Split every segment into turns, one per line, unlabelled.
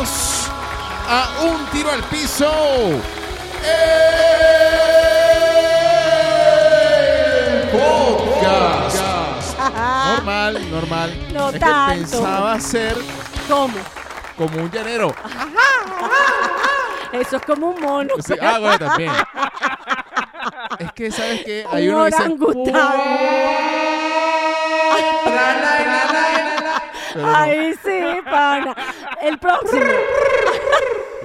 Pues
a un tiro al piso. El podcast. Normal, normal.
No
es
tanto.
que pensaba ser
¿Cómo?
como un llanero.
Eso es como un mono.
Sí, ah, bueno, también. Es que, ¿sabes qué? Hay
un
uno que dice...
orangután.
Pero no.
Ay, sí, pana. El próximo.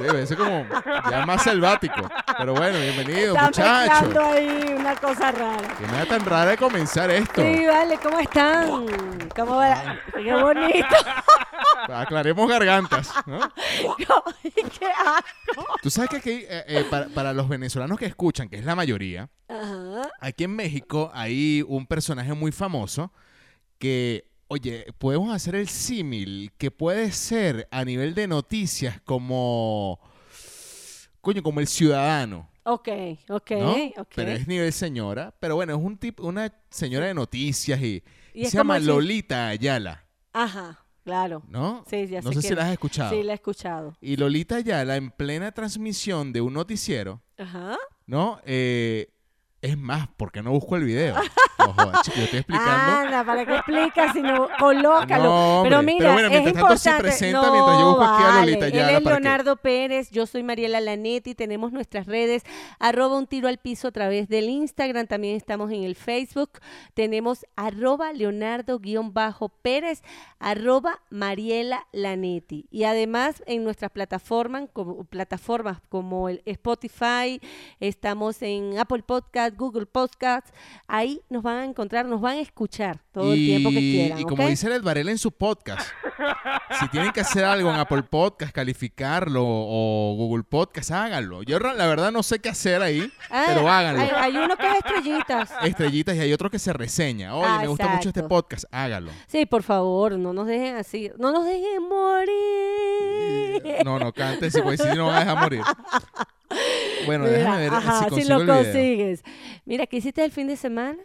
Debe es como ya más selvático. Pero bueno, bienvenido,
Están mezclando
muchachos.
ahí una cosa rara.
Qué manera tan rara de comenzar esto.
Sí, vale, ¿cómo están? ¿Cómo va? Qué bonito.
Aclaremos gargantas. ¿no?
Ay, qué asco.
Tú sabes que aquí, eh, eh, para, para los venezolanos que escuchan, que es la mayoría,
Ajá.
aquí en México hay un personaje muy famoso que, oye, podemos hacer el símil que puede ser a nivel de noticias como, coño, como el ciudadano.
Ok, ok,
¿no?
ok.
Pero es nivel señora. Pero bueno, es un tipo, una señora de noticias y,
Y es
se llama
como si-
Lolita Ayala,
Ajá, claro.
¿no?
Sí, ya
no
sé
sé
quién
si la has
es.
escuchado.
Sí, la he escuchado.
Y Lolita Ayala, en plena transmisión de un noticiero,
Ajá.
¿no? Eh, es más, ¿por qué no busco el video? No jodas, chico, yo estoy explicando.
Anda, ¿para qué explicas? Si no, colócalo.
No, hombre.
pero mira,
Pero bueno,
es
mientras tanto se
importante.
presenta,
no,
mientras yo busco aquí a
vale.
Lolita Ayala,
Él es
¿para qué?
Leonardo Pérez, yo soy Mariela Lanetti, tenemos nuestras redes, arroba un tiro al piso a través del Instagram, también estamos en el Facebook, tenemos arroba Leonardo-Pérez, arroba Mariela Lanetti. Y además en nuestras plataformas como, plataformas como el Spotify, estamos en Apple Podcast, Google Podcast, ahí nos van a encontrar, nos van a escuchar todo el tiempo que quieran.
y como
¿ok?
dice el Varela en su podcast, si tienen que hacer algo en Apple Podcast, calificarlo o Google Podcast, háganlo. Yo ra- la verdad no sé qué hacer ahí,
Ah,
pero háganlo.
Hay, hay uno que es estrellitas.
Estrellitas y hay otro que se reseña. Oye,
Ah,
me gusta mucho este
exacto.
podcast, hágalo.
Sí, por favor, no nos dejen así. No nos dejen morir.
No, no cantes, si puedes decir no me vas a dejar morir. Bueno,
Mira,
déjame ver
ajá,
si consigo
lo
el video.
consigues. Mira, ¿qué hiciste el fin de semana?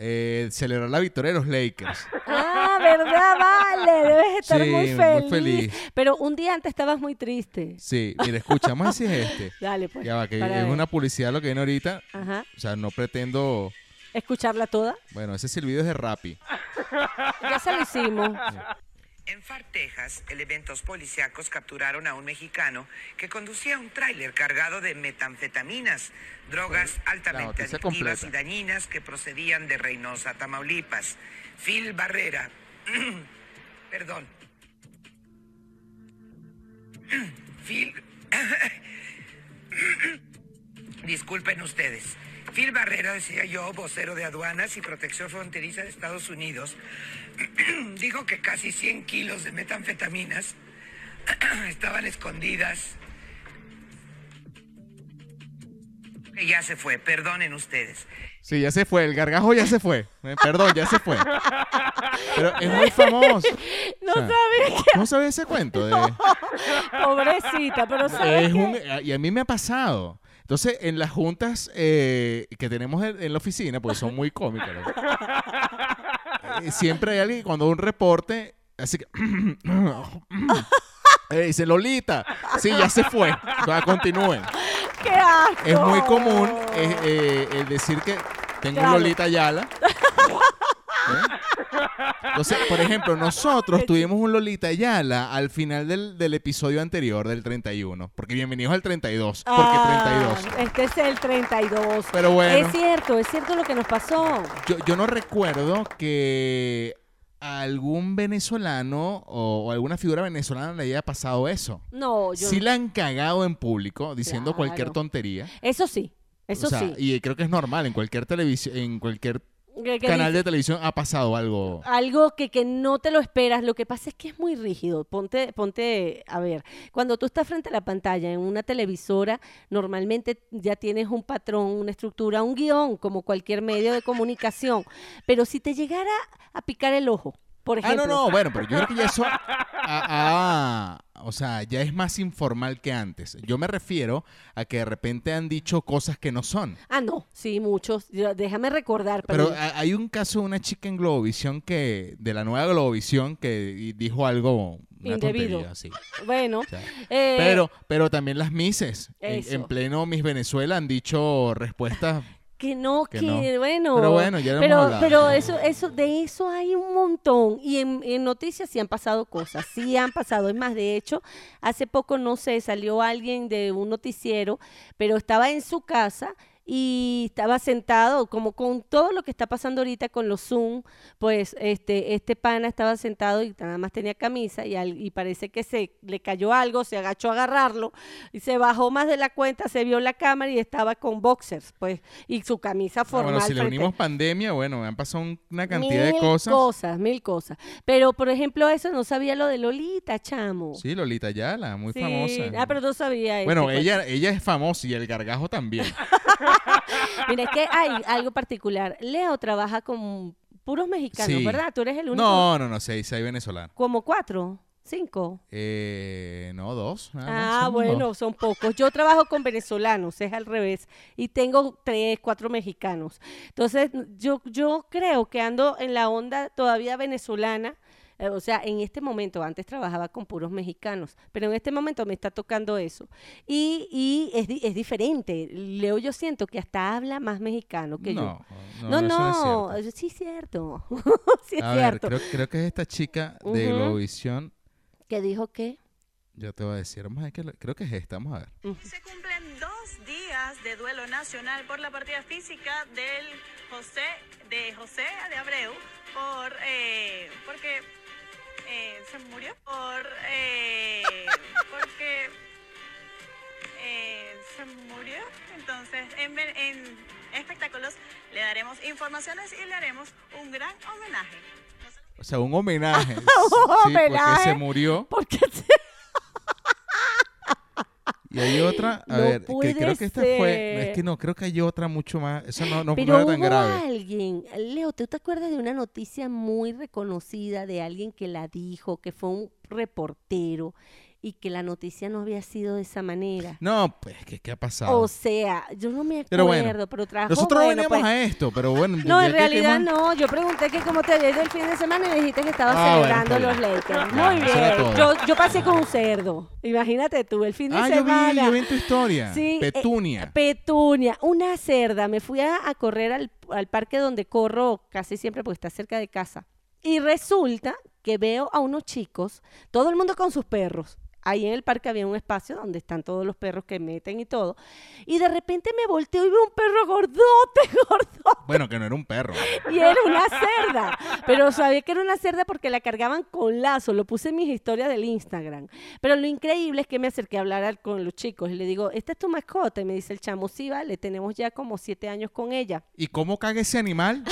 Eh, celebrar la victoria de los Lakers.
Ah, ¿verdad? Vale, debes estar
Sí,
muy,
muy
feliz.
feliz.
Pero un día antes estabas muy triste.
Sí, mira, escucha, más si es este.
Dale, pues.
Ya va, que
para
es
ver.
una publicidad lo que viene ahorita.
Ajá.
O sea, no pretendo.
¿Escucharla toda?
Bueno, ese silbido es de Rappi.
Ya se lo hicimos.
En Far, Texas, elementos policíacos capturaron a un mexicano que conducía un tráiler cargado de metanfetaminas, drogas altamente
noticia
adictivas
completa.
y dañinas que procedían de Reynosa, Tamaulipas. Phil Barrera, perdón. Phil, Disculpen ustedes. Phil Barrera, decía yo, vocero de aduanas y protección fronteriza de Estados Unidos, dijo que casi 100 kilos de metanfetaminas estaban escondidas. Que Ya se fue, perdonen ustedes.
Sí, ya se fue, el gargajo ya se fue. Eh, Perdón, ya se fue. Pero es muy famoso.
No
O sea,
sabía
¿No sabes ese cuento? De...
que... Pobrecita, pero sabes
Es
que...
un- eh, y a mí me ha pasado. Entonces, en las juntas eh, que tenemos en, en la oficina, porque son muy cómicas, ¿no? Eh, siempre hay alguien que cuando un reporte, así que... eh, dice, Lolita, sí, ya se fue, va, continúen.
¡Qué asco!
Es muy común eh, eh, el decir que tengo un
Claro.
Lolita Ayala. ¿Eh? Entonces, por ejemplo, nosotros tuvimos un Lolita Ayala al final del, del episodio anterior, del 31. Porque bienvenidos al 32.
Ah,
Porque 32.
Este es el 32.
Pero bueno.
Es cierto, es cierto lo que nos pasó.
Yo, yo no recuerdo que a algún venezolano o, o alguna figura venezolana le haya pasado eso.
No, yo.
Sí la han cagado en público diciendo cualquier
Claro.
tontería.
Eso sí, eso
o sea,
sí.
Y creo que es normal en cualquier televisión, en cualquier
Que- que
canal
dice- Ah,
de televisión ha pasado algo.
Algo que, que no te lo esperas, lo que pasa es que es muy rígido. Ponte, ponte, a ver, cuando tú estás frente a la pantalla en una televisora, normalmente ya tienes un patrón, una estructura, un guión, como cualquier medio de comunicación. Pero si te llegara a picar el ojo, por
Ah,
ejemplo.
no, no, bueno, pero yo creo que ya eso, ah, ah, o sea, ya es más informal que antes. Yo me refiero a que de repente han dicho cosas que no son.
Ah, no, sí, muchos. Yo- Déjame recordar, pero.
Pero ah, ha- hay un caso de una chica en Globovisión que, de la nueva Globovisión, que di- dijo algo,
una Indebido.
tontería así.
Bueno,
sea,
eh,
Pero, pero también las Mises, en,
Eso.
en pleno Miss Venezuela, han dicho respuestas. ah,
que no, que,
que no.
bueno.
Pero bueno, ya lo hemos
pero,
hablado.
pero eso, eso, de eso hay un montón. Y en, en noticias sí han pasado cosas, sí han pasado. Es más, de hecho, hace poco, no sé, salió alguien de un noticiero, pero estaba en su casa y estaba sentado, como con todo lo que está pasando ahorita con los Zoom, pues este, este pana estaba sentado y nada más tenía camisa y, al- y parece que se le cayó algo, se agachó a agarrarlo y se bajó más de la cuenta, se vio la cámara y estaba con boxers, pues, y su camisa
Ah,
formal.
Bueno, si le
frente-
unimos pandemia, bueno, han pasado un- una cantidad de
mil
cosas.
mil cosas. Pero, por ejemplo, eso no sabía lo de Lolita, chamo.
Sí, Lolita Yala, muy
Sí,
famosa.
Ah, pero no sabía.
bueno,
este
ella, ella es famosa y el gargajo también.
cuento. Mira, es que hay algo particular. Leo trabaja con puros mexicanos,
Sí.
¿verdad? Tú eres el único.
No, no, no, seis, seis venezolanos.
Como cuatro, cinco.
Eh, no, dos. nada más,
Ah,
son
bueno,
dos.
son pocos. Yo trabajo con venezolanos, es al revés, y tengo tres, cuatro mexicanos. Entonces, yo, yo creo que ando en la onda todavía venezolana. eh, O sea, en este momento, antes trabajaba con puros mexicanos, pero en este momento me está tocando eso. Y, y es, di- es diferente. Leo, yo siento que hasta habla más mexicano que yo.
No,
No,
eso es cierto.
no, eh, sí es cierto. sí es
A ver,
cierto.
creo, creo que es esta chica de
Ujú.
Globovisión.
¿Qué dijo qué?
Yo te voy a decir, vamos a ver, qué lo- creo que es esta, vamos a ver.
Se cumplen dos días de duelo nacional por la partida física del José, de José de Abreu, por, eh, porque eh, se murió, por, eh, porque eh, se murió. Entonces, en, ve- en espectáculos le daremos informaciones y le haremos un gran homenaje.
O sea, un homenaje. sí, porque
homenaje.
se murió.
Porque
Y hay otra, a
No
ver, que creo
puede
que esta fue, no,
ser.
es que no, creo que hay otra mucho más, esa no, pues, no, no
Pero
era
hubo
tan grave.
alguien, Leo, ¿tú te acuerdas de una noticia muy reconocida de alguien que la dijo, que fue un reportero y que la noticia no había sido de esa manera?
No, pues, ¿qué, qué ha pasado?
O sea, yo no me acuerdo,
Pero
pero,
bueno,
trajo
Nosotros
bueno,
veníamos
pues.
a esto, pero bueno.
No,
ya que-
en
que
realidad
hemos-
no. Yo pregunté que cómo te había ido el fin de semana y me dijiste que estabas
Ah, bueno,
celebrando
está bien.
los Lakers.
Ya,
Muy
eso era todo.
bien. Yo, yo pasé con un cerdo. Imagínate tú, el fin de
Ah, yo
semana.
vi, yo vi en tu historia.
Sí, eh,
Petunia.
Petunia, una cerda. Me fui a, a correr al, al parque donde corro casi siempre porque está cerca de casa. Y resulta que veo a unos chicos, todo el mundo con sus perros. Ahí en el parque había un espacio donde están todos los perros que meten y todo. Y de repente me volteo y veo un perro gordote, gordote.
Bueno, que no era un perro.
Y era una cerda. Pero sabía que era una cerda porque la cargaban con lazo. Lo puse en mis historias del Instagram. Pero lo increíble es que me acerqué a hablar al- con los chicos y le digo, ¿esta es tu mascota? Y me dice el chamo, sí, vale, tenemos ya como siete años con ella.
¿Y cómo caga ese animal?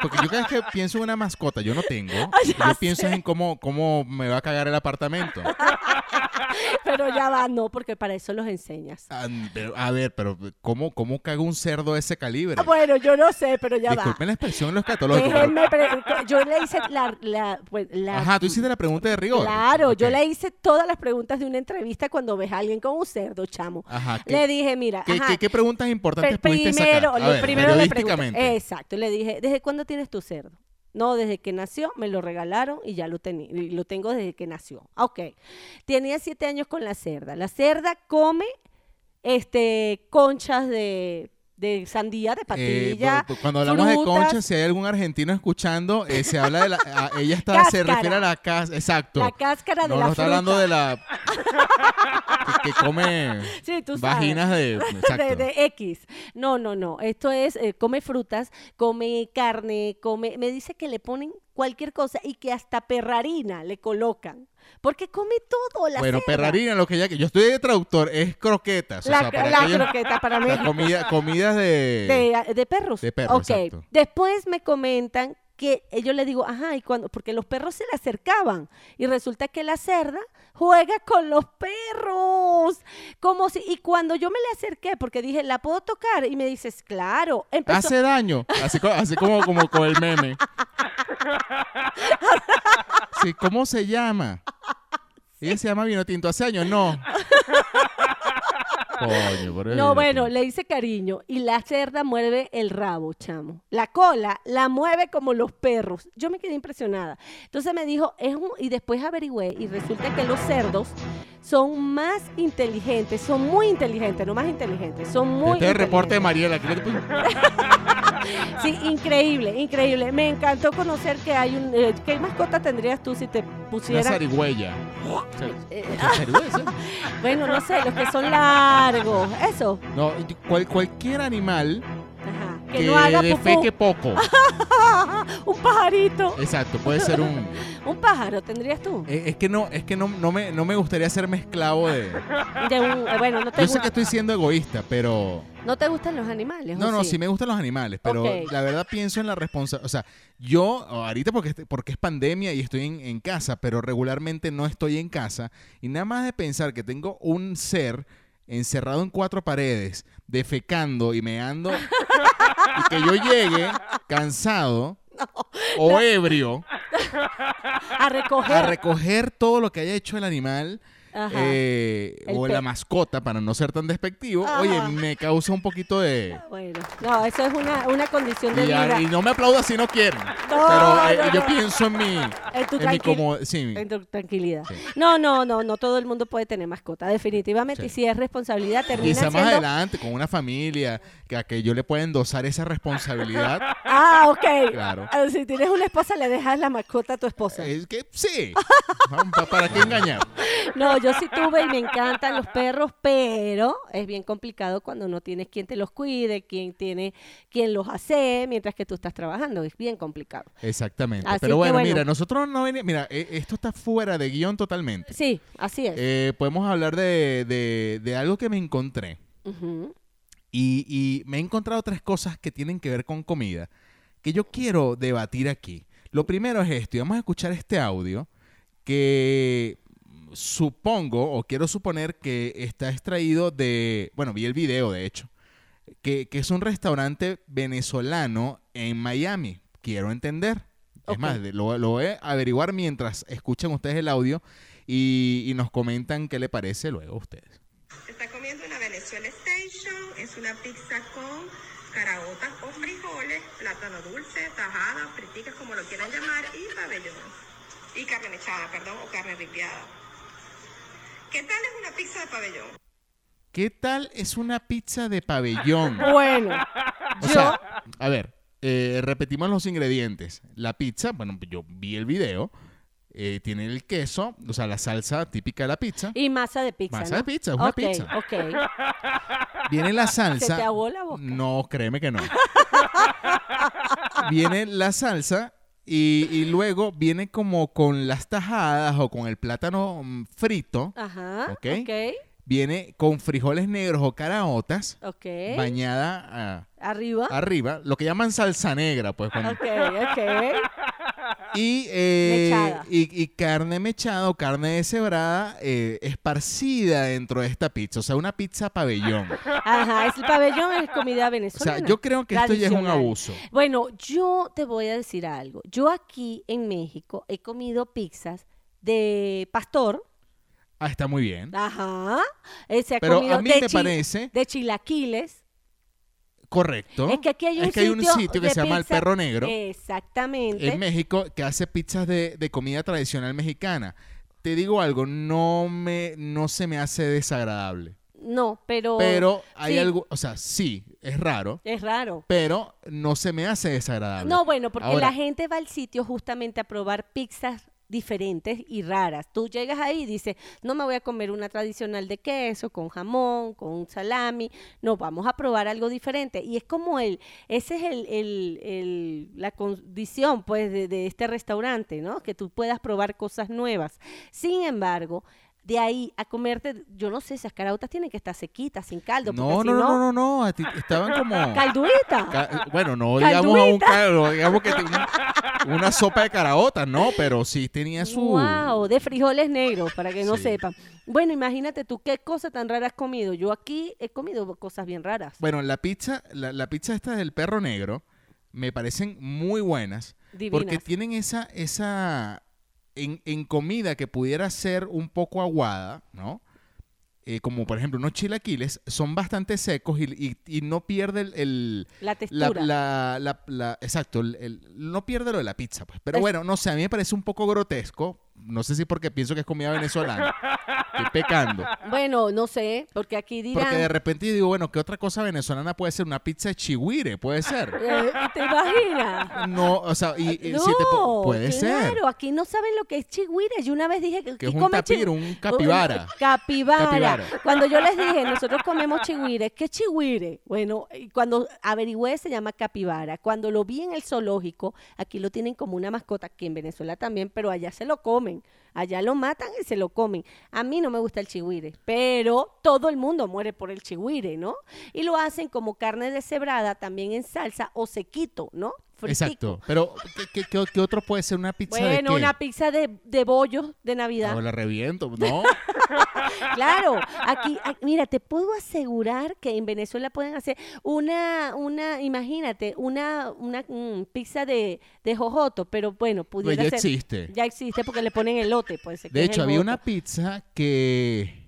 Porque yo cada vez que pienso en una mascota, yo no tengo.
Ah,
Yo pienso en cómo, cómo me va a cagar el apartamento.
Pero ya va, no, porque para eso los enseñas.
Ah, pero, a ver, pero ¿cómo, cómo caga un cerdo de ese calibre?
Ah, bueno, yo no sé, pero ya
Disculpen la expresión, los
va.
católogos.
Déjenme, pre- yo le hice la... la, pues, la-
Ajá, tú hiciste la pregunta de rigor.
Claro, yo
Ok.
le hice todas las preguntas de una entrevista cuando ves a alguien con un cerdo, chamo.
Ajá, ¿qué-
le dije, mira,
Ah, ¿Qué,
ajá,
qué- qué preguntas importantes
Pe-
pudiste
primero,
sacar? A
le-
ver,
primero le pregunté.
periodísticamente.
Exacto, le dije, ¿desde cuándo tienes tu cerdo? No, desde que nació, me lo regalaron y ya lo, tení- y lo tengo desde que nació. Ah, Ok. Tenía siete años con la cerda. La cerda come este, conchas de, de sandía, de
Eh,
patilla.
bu- bu- cuando hablamos de
frutas,
concha, si hay algún argentino escuchando, eh, se habla de la. a- ella está, se
Cáscara.
refiere a la casa. Exacto.
La cáscara de
no,
la
no está hablando
fruta.
de la. que, que come
Sí, tú sabes.
vaginas de. Exacto.
de, de X. No, no, no. Esto es, eh, come frutas, come carne, come. Me dice que le ponen cualquier cosa y que hasta perrarina le colocan. Porque come todo la
bueno,
cerda.
perrarina, lo que ya. Yo estoy de traductor, es croquetas. o
La,
sea, para
la
aquellos-
croqueta para
o sea,
México.
comida- comidas de.
De, de perros.
de perros,
Ok.
exacto.
Después me comentan que eh, yo le digo, ajá, y cuando, porque los perros se le acercaban y resulta que la cerda juega con los perros, como si, y cuando yo me le acerqué, porque dije, la puedo tocar, y me dices, claro, empezó,
Hace daño, así, co- así como, como con el meme. Sí, ¿Cómo se llama? Ella se llama Vino Tinto hace años, no.
Coño, por
No,
eso.
bueno,
Este
le dice cariño y la cerda mueve el rabo, chamo. La cola la mueve como los perros. Yo me quedé impresionada. Entonces me dijo, es un... y después averigüé y resulta que los cerdos son más inteligentes, son muy inteligentes, no más inteligentes, son muy
Este es el reporte de
inteligentes.
Mariela. aquí le-
Sí, increíble, increíble. Me encantó conocer que hay un eh, qué mascota tendrías tú si te
Una
pusieran
zarigüeya.
Eh,
¿Zarigüeya?
bueno, no sé, los que son largos, eso.
No, y cual- cualquier animal
Ajá. Que,
que,
no haga pupú.
defeque poco.
un pajarito.
Exacto, puede ser un.
Un pájaro tendrías tú.
Eh, Es que no, es que no, no me, no me gustaría hacerme esclavo de.
De un- eh, bueno, no te,
Yo sé
gu-
que estoy siendo egoísta, pero.
no te gustan los animales.
No,
¿o
no,
sí?
sí me gustan los animales, pero
Ok.
la verdad pienso en la responsabilidad. O sea, yo ahorita porque, este- porque es pandemia y estoy en, en casa, pero regularmente no estoy en casa. Y nada más de pensar que tengo un ser encerrado en cuatro paredes, defecando y meando, y que yo llegue cansado o ebrio
A recoger.
a recoger todo lo que haya hecho el animal.
Ajá.
eh,
El
o
pe-
la mascota, para no ser tan despectivo,
Ajá.
oye, me causa un poquito de...
Bueno, no, eso es una, una condición de
Y, a-
vida.
y no me aplaudas si no quieren.
No,
pero eh,
no,
yo
no. Eh,
pienso en mi.
En tu
en mi
tranquil-
como, sí,
en tu tranquilidad. No, no, no, no todo el mundo puede tener mascota, definitivamente.
Sí.
Y si es responsabilidad, termina
quizá
siendo...
más adelante con una familia que a que yo le pueda endosar esa responsabilidad.
Ah, ok.
Claro. Eh.
Ah, Si tienes una esposa, le dejas la mascota a tu esposa.
es que sí. Pa- ¿Para qué engañar?
No, yo sí tuve y me encantan los perros, pero es bien complicado cuando no tienes quien te los cuide, quien tiene, quien los hace mientras que tú estás trabajando. Es bien complicado.
Exactamente.
Así que
pero bueno,
bueno.
mira, nosotros no venimos. Mira, eh, esto está fuera de guión totalmente.
Sí, así es.
Eh, podemos hablar de, de- de algo que me encontré.
Ujú.
Y, y me he encontrado otras cosas que tienen que ver con comida que yo quiero debatir aquí. Lo primero es esto, y vamos a escuchar este audio que supongo o quiero suponer que está extraído de, bueno, vi el video de hecho, que, que es un restaurante venezolano en Miami, quiero entender. Es
Ok.
más, de- lo, lo voy a averiguar mientras escuchan ustedes el audio y, y nos comentan qué le parece luego a ustedes.
Se está comiendo una Venezuela Station, es una pizza con caraotas o frijoles, plátano dulce, tajada, friticas como lo quieran llamar, y pabellón. Y carne mechada, perdón, o carne ripiada. ¿Qué tal es una pizza de pabellón?
¿Qué tal es una pizza de pabellón?
Bueno,
O sea, a ver, eh, repetimos los ingredientes. La pizza, bueno, yo vi el video, eh, tiene el queso, o sea, la salsa típica de la pizza.
y masa de pizza.
Masa
¿no?
de pizza, es una
Ok,
pizza.
Ok,
Viene la salsa.
¿Se te aguó la boca?
No, créeme que no. viene la salsa y, y luego viene como con las tajadas o con el plátano mm, frito.
Ajá.
Ok.
Ok.
Viene con frijoles negros o caraotas.
Ok.
Bañada ah,
Arriba.
arriba, lo que llaman salsa negra, pues cuando
Ok, ok.
Y, eh,
Mechada.
y, y carne mechada o carne deshebrada eh, esparcida dentro de esta pizza. O sea, una pizza pabellón.
Ajá, es el pabellón es comida
O sea,
venezolana.
yo creo que esto ya es un
tradicional.
abuso.
Bueno, yo te voy a decir algo. Yo aquí en México he comido pizzas de pastor,
Ah, está muy bien.
ajá, eh, se ha
Pero
comido
a mí
de,
me
chi-
parece-
de chilaquiles.
Correcto.
Es que aquí hay un
Es que hay un
sitio
sitio que
de
se llama El
pizza-
Perro Negro
Exactamente.
en México que hace pizzas de, de comida tradicional mexicana. Te digo algo, no me no se me hace desagradable.
no, pero
Pero hay
Oh, sí,
algo, o sea, sí, es raro,
es raro.
pero no se me hace desagradable.
No, bueno, porque
Ahora,
la gente va al sitio justamente a probar pizzas diferentes y raras. Tú llegas ahí y dices, no me voy a comer una tradicional de queso, con jamón, con salami, no, vamos a probar algo diferente. Y es como el, ese es el, el- el- la condición pues de, de este restaurante, ¿no? Que tú puedas probar cosas nuevas. Sin embargo, de ahí a comerte, yo no sé, esas carautas tienen que estar sequitas, sin caldo, porque
No,
si
no,
no,
no, no, no, a ti- estaban como...
caldurita.
Ca- bueno, no digamos a un
Calduita.
caldo, digamos que te- una, una sopa de caraota, no, pero sí tenía su.
Wow, de frijoles negros, para que no
Sí.
sepan. Bueno, imagínate tú qué cosa tan rara has comido. Yo aquí he comido cosas bien raras.
Bueno, la pizza, la, la pizza esta del perro negro, me parecen muy buenas. Porque
Divinas.
tienen esa, esa en, en comida que pudiera ser un poco aguada, ¿no? eh, como por ejemplo unos chilaquiles, son bastante secos y, y- y no pierde el... el-
La
la,
textura.
la- la- la- exacto, el- el- no pierde lo de la pizza, pues. Pero
Es-
bueno, no sé, a mí me parece un poco grotesco. No sé si porque pienso que es comida venezolana. Estoy pecando.
Bueno, no sé, porque aquí dirán...
Porque de repente yo digo, bueno, ¿qué otra cosa venezolana puede ser? Una pizza de chihuire, puede ser.
Eh, ¿Te imaginas?
No, o sea, y, y si te eh, po-
No,
puede ser.
Claro, aquí no saben lo que es chigüire. Yo una vez dije que
Que es
¿qué
un
come
tapir,
chi-
un capibara.
Uh, capibara.
Capibara.
Cuando yo les dije, nosotros comemos chigüire, ¿qué es chigüire? Bueno, y cuando averigüé se llama capibara. Cuando lo vi en el zoológico, aquí lo tienen como una mascota, aquí en Venezuela también, pero allá se lo comen. Allá lo matan y se lo comen. A mí no me gusta el chigüire, pero todo el mundo muere por el chigüire, ¿no? Y lo hacen como carne deshebrada, también en salsa o sequito, ¿no? Fritico.
Exacto. Pero, ¿qué, qué, qué- qué otro puede ser una pizza de
Bueno,
qué?
una pizza de, de bollos de Navidad.
Ah, la reviento, ¿no?
Claro, aquí, a- mira, te puedo asegurar que en Venezuela pueden hacer una, una, imagínate, una, una mm, pizza de, de jojoto, pero bueno, pudiera
Pues ya
ser-
existe.
Ya existe porque le ponen elote, pues. que
De
es
hecho,
el
había
jojoto.
una pizza que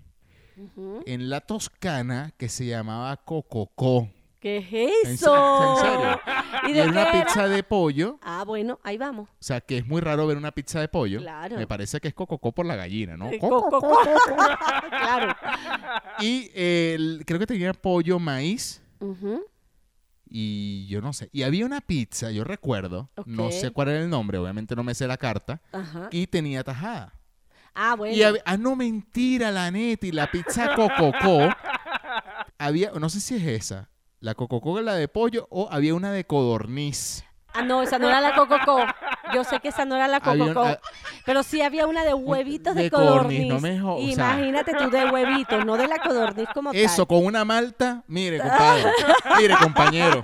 en la Toscana que se llamaba Cococó.
¿Qué es
En se-
eso?
en serio.
¿Y
Y
de
era
qué
una
era?
pizza de pollo.
Ah, bueno, ahí vamos.
O sea, que es muy raro ver una pizza de pollo.
Claro.
Me parece que es Cococó por la gallina, ¿no?
Eh,
Coco.
co- co- claro.
Y eh, el- creo que tenía pollo, maíz
Ujú.
y yo no sé. Y había una pizza, yo recuerdo, no
Ok.
sé cuál era el nombre, obviamente no me sé la carta,
Ajá.
y tenía tajada.
Ah, bueno.
Y hab- ah, no, mentira, la neta, y la pizza Cococó. había, no sé si es esa, la Cococó, la de pollo, o había una de codorniz.
Ah, no, esa no era la Cococo. Yo sé que esa no era la
Había un-
Cococo.
ah.
Pero sí había una de huevitos de,
de
codorniz.
codorniz, no me jo- o sea.
Imagínate tú de huevitos, no de la codorniz como
Eso,
tal.
con una malta, mire, compadre, mire, compañero.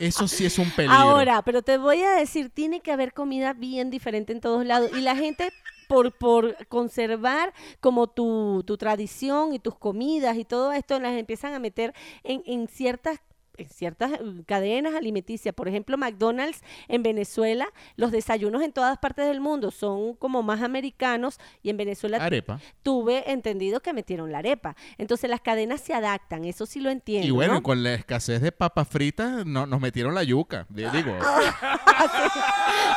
Eso sí es un peligro.
Ahora, pero te voy a decir, tiene que haber comida bien diferente en todos lados. Y la gente, por, por conservar como tu, tu tradición y tus comidas y todo esto, las empiezan a meter en, en ciertas en ciertas eh, cadenas alimenticias, por ejemplo McDonald's en Venezuela, los desayunos en todas partes del mundo son como más americanos y en Venezuela
arepa.
tuve entendido que metieron la arepa. Entonces las cadenas se adaptan, eso sí lo entiendo.
Y bueno,
¿no?
y con la escasez de papas fritas, no, nos metieron la yuca. De- Digo,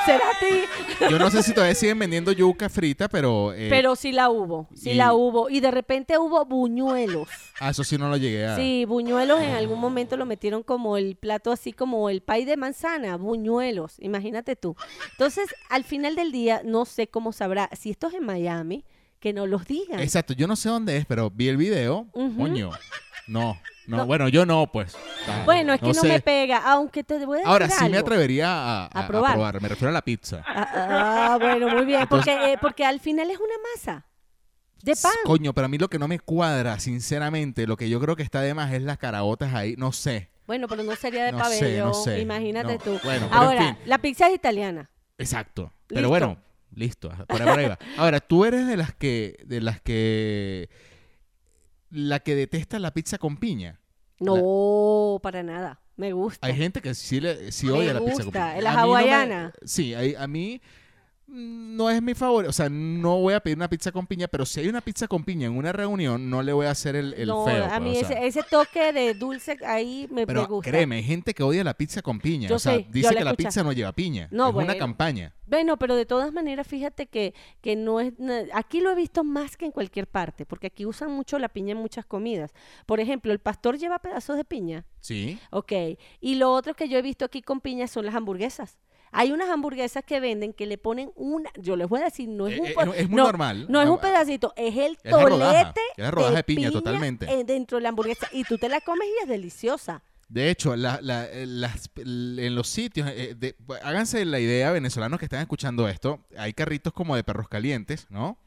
será a ti.
yo no sé si todavía siguen vendiendo yuca frita, pero, eh,
Pero sí la hubo, sí
y-
la hubo. Y de repente hubo buñuelos.
a eso sí no lo llegué a.
Sí, buñuelos en algún momento lo metieron como el plato así como el pay de manzana, buñuelos, imagínate tú. Entonces, al final del día, no sé cómo sabrá, si esto es en Miami, que nos los digan.
Exacto, yo no sé dónde es, pero vi el video.
Ujú.
Coño. No, no,
No.
bueno, yo no, pues. Ah,
Bueno, es que no,
sé.
me pega, aunque te voy a decir
Ahora sí me
algo.
atrevería a, a- a
probar.
probar. Me refiero a la pizza.
Ah, ah, bueno, muy bien, porque, eh, porque al final es una masa de pan.
Coño, pero a mí lo que no me cuadra, sinceramente, lo que yo creo que está de más es las caraotas ahí. No sé.
Bueno, pero no sería de
No sé,
pabellón,
no sé,
imagínate
no.
tú.
Bueno, pero en
Ahora,
fin.
la pizza es italiana.
Exacto.
Listo.
Pero bueno, listo. Por ahí, por ahí va. Ahora, tú eres de las que. de las que. la que detesta la pizza con piña.
No, para nada. Me gusta.
Hay gente que sí, le, sí
Me
odia la pizza con
gusta,
piña.
la
A mí no me-
hawaiana.
sí, a, a mí mm, no es mi favorito. O sea, no voy a pedir una pizza con piña, pero si hay una pizza con piña en una reunión, no le voy a hacer el, el
no,
feo.
a
pues,
mí
o sea.
ese, ese toque de dulce ahí me, me
Pero
gusta.
créeme, hay gente que odia la pizza con piña.
Yo
o sea,
sé, yo
dice
la
que la
escuché.
pizza no lleva piña.
No,
es
bueno.
una campaña.
Bueno, pero de todas maneras, fíjate que, que no es. na- Aquí lo he visto más que en cualquier parte, porque aquí usan mucho la piña en muchas comidas. Por ejemplo, el pastor lleva pedazos de piña.
Sí.
Ok. Y lo otro que yo he visto aquí con piña son las hamburguesas. Hay unas hamburguesas que venden que le ponen una, yo les voy a decir, no es
Eh,
un
eh,
pe-
es muy
no,
normal.
No es un
Ah,
pedacito, es el
es la
tolete
rodaja, es la rodaja de piña, totalmente.
eh, dentro de la hamburguesa y tú te la comes y es deliciosa.
De hecho, la- la- eh, las- l- en los sitios, eh, de- háganse la idea, venezolanos que están escuchando esto, hay carritos como de perros calientes, ¿no?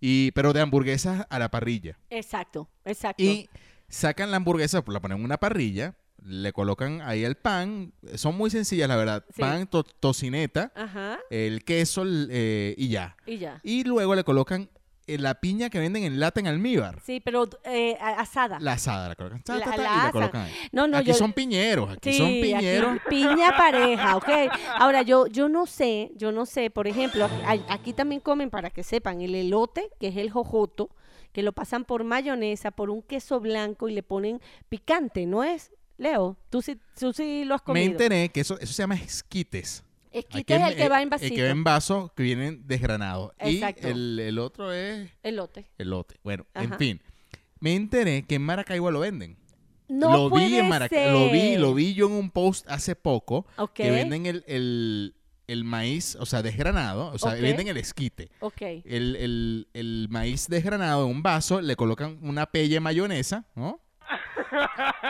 Y, pero de hamburguesas a la parrilla.
Exacto, exacto.
Y sacan la hamburguesa, la ponen en una parrilla, le colocan ahí el pan, eh, son muy sencillas, la verdad,
Sí.
pan, to- tocineta,
Ajá.
el queso el, eh, y ya.
Y ya.
Y luego le colocan eh, la piña que venden en lata en almíbar.
Sí, pero eh, a- asada.
La asada, la colocan. ta,
La-
ta, ta,
la
y la
asan.
colocan ahí.
No, no,
aquí
yo-
son piñeros, aquí
Sí,
son
aquí,
piñeros.
piña pareja, ok. Ahora, yo, yo no sé, yo no sé, por ejemplo, aquí, a- aquí también comen, para que sepan, el elote, que es el jojoto, que lo pasan por mayonesa, por un queso blanco y le ponen picante, ¿no es? Leo, tú sí, tú sí lo has
Me
comido.
enteré que eso, eso se llama esquites.
Esquite es
Aquí
el que va en
El que
vasito.
va en vaso, que vienen desgranados. Y
Exacto.
el, el otro es
Elote.
elote. Bueno, en
Ajá.
fin. Me enteré que en Maracaibo lo venden.
No
lo
puede
vi en Maracaibo. Lo vi,
ser.
lo vi yo en un post hace poco.
Ok.
Que venden el, el- el maíz, o sea, desgranado. O sea,
Ok.
venden el esquite.
Ok.
El, el- el maíz desgranado en un vaso, le colocan una pelle de mayonesa, ¿no?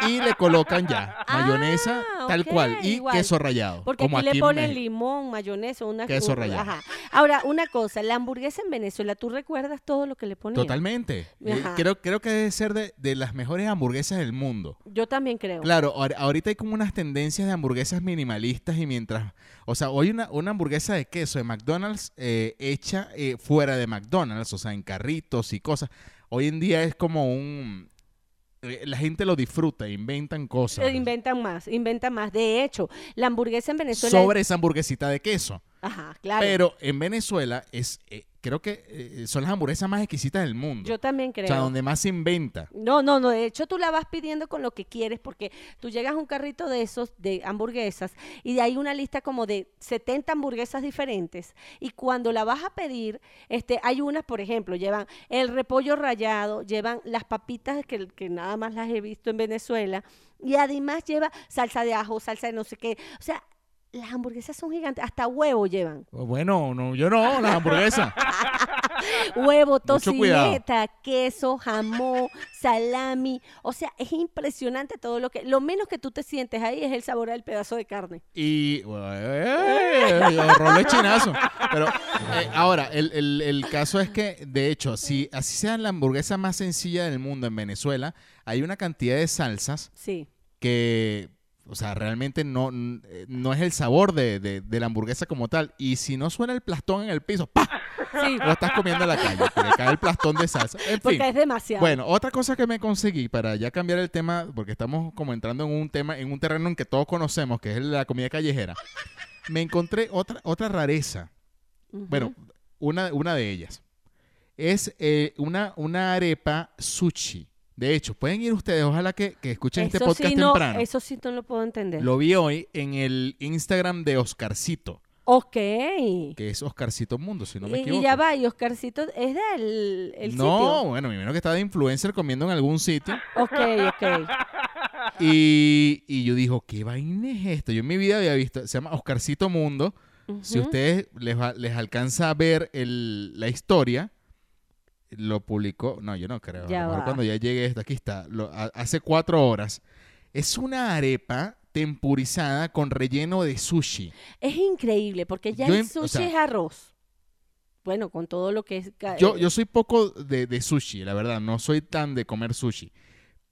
Y le colocan ya,
Ah,
mayonesa tal
ok,
cual y
igual.
queso rallado.
Porque
como
aquí,
en
le ponen
México.
limón, mayonesa, una
Queso
un-
rallado.
ajá. Ahora, una cosa, la hamburguesa en Venezuela, ¿tú recuerdas todo lo que le ponían?
Totalmente. Eh,
Ajá.
creo, creo que debe ser de, de las mejores hamburguesas del mundo.
Yo también creo.
Claro, ahor- ahorita hay como unas tendencias de hamburguesas minimalistas y mientras... O sea, hoy una, una hamburguesa de queso de McDonald's eh, hecha eh, fuera de McDonald's, o sea, en carritos y cosas. Hoy en día es como un... eh, La gente lo disfruta, inventan cosas.
Eh, Inventan más, inventan más. De hecho, la hamburguesa en Venezuela... es-
Sobre esa hamburguesita de queso.
Ajá, claro.
Pero en Venezuela es... eh, creo que eh, son las hamburguesas más exquisitas del mundo.
Yo también creo.
O sea, donde más se inventa.
No, no, no. De hecho, tú la vas pidiendo con lo que quieres porque tú llegas a un carrito de esos, de hamburguesas, y hay una lista como de 70 hamburguesas diferentes. Y cuando la vas a pedir, este, hay unas, por ejemplo, llevan el repollo rallado, llevan las papitas que, que nada más las he visto en Venezuela, y además lleva salsa de ajo, salsa de no sé qué. O sea, las hamburguesas son gigantes, hasta huevo llevan.
Bueno, no, yo no, las hamburguesas.
huevo,
Mucho cuidado.
tocineta, queso, jamón, salami. O sea, es impresionante todo lo que. Lo menos que tú te sientes ahí es el sabor al pedazo de carne.
Y. eh, rollo de chinazo. Pero eh, ahora, el, el- el caso es que, de hecho, si así sea la hamburguesa más sencilla del mundo en Venezuela, hay una cantidad de salsas
Sí.
que. O sea, realmente no, eh, no es el sabor de, de- de la hamburguesa como tal. Y si no suena el plastón en el piso, ¡pa!
Sí.
Lo estás comiendo en la calle. Porque cae el plastón de salsa. En
Porque
fin.
es demasiado.
Bueno, otra cosa que me conseguí para ya cambiar el tema, porque estamos como entrando en un tema, en un terreno en que todos conocemos, que es la comida callejera. Me encontré otra, otra rareza.
Ujú.
Bueno, una, una de ellas. Es eh, una, una arepa sushi. De hecho, pueden ir ustedes, ojalá que, que escuchen este podcast
sí no,
temprano.
Eso sí no lo puedo entender.
Lo vi hoy en el Instagram de Oscarcito,
Ok.
que es Oscarcito Mundo, si no me
y,
equivoco.
y ya va, y Oscarcito es del el
no, bueno, me imagino que estaba de influencer comiendo en algún sitio.
sitio. Ok, ok. Ah.
Y, y yo dijo, ¿qué vaina es esto? Yo en mi vida había visto, se llama Oscarcito Mundo. Si
Ujú.
ustedes les, va- les alcanza a ver el- la historia, lo publicó, no, yo no creo. a
Ya
lo mejor
va.
cuando ya llegue esto, aquí está, lo- a- hace cuatro horas. Es una arepa tempurizada con relleno de sushi.
Es increíble, porque ya
Yo
el
em- o
sushi
sea-
es arroz. Bueno, con todo lo que es. ca-
Yo, yo soy poco de, de sushi, la verdad, no soy tan de comer sushi.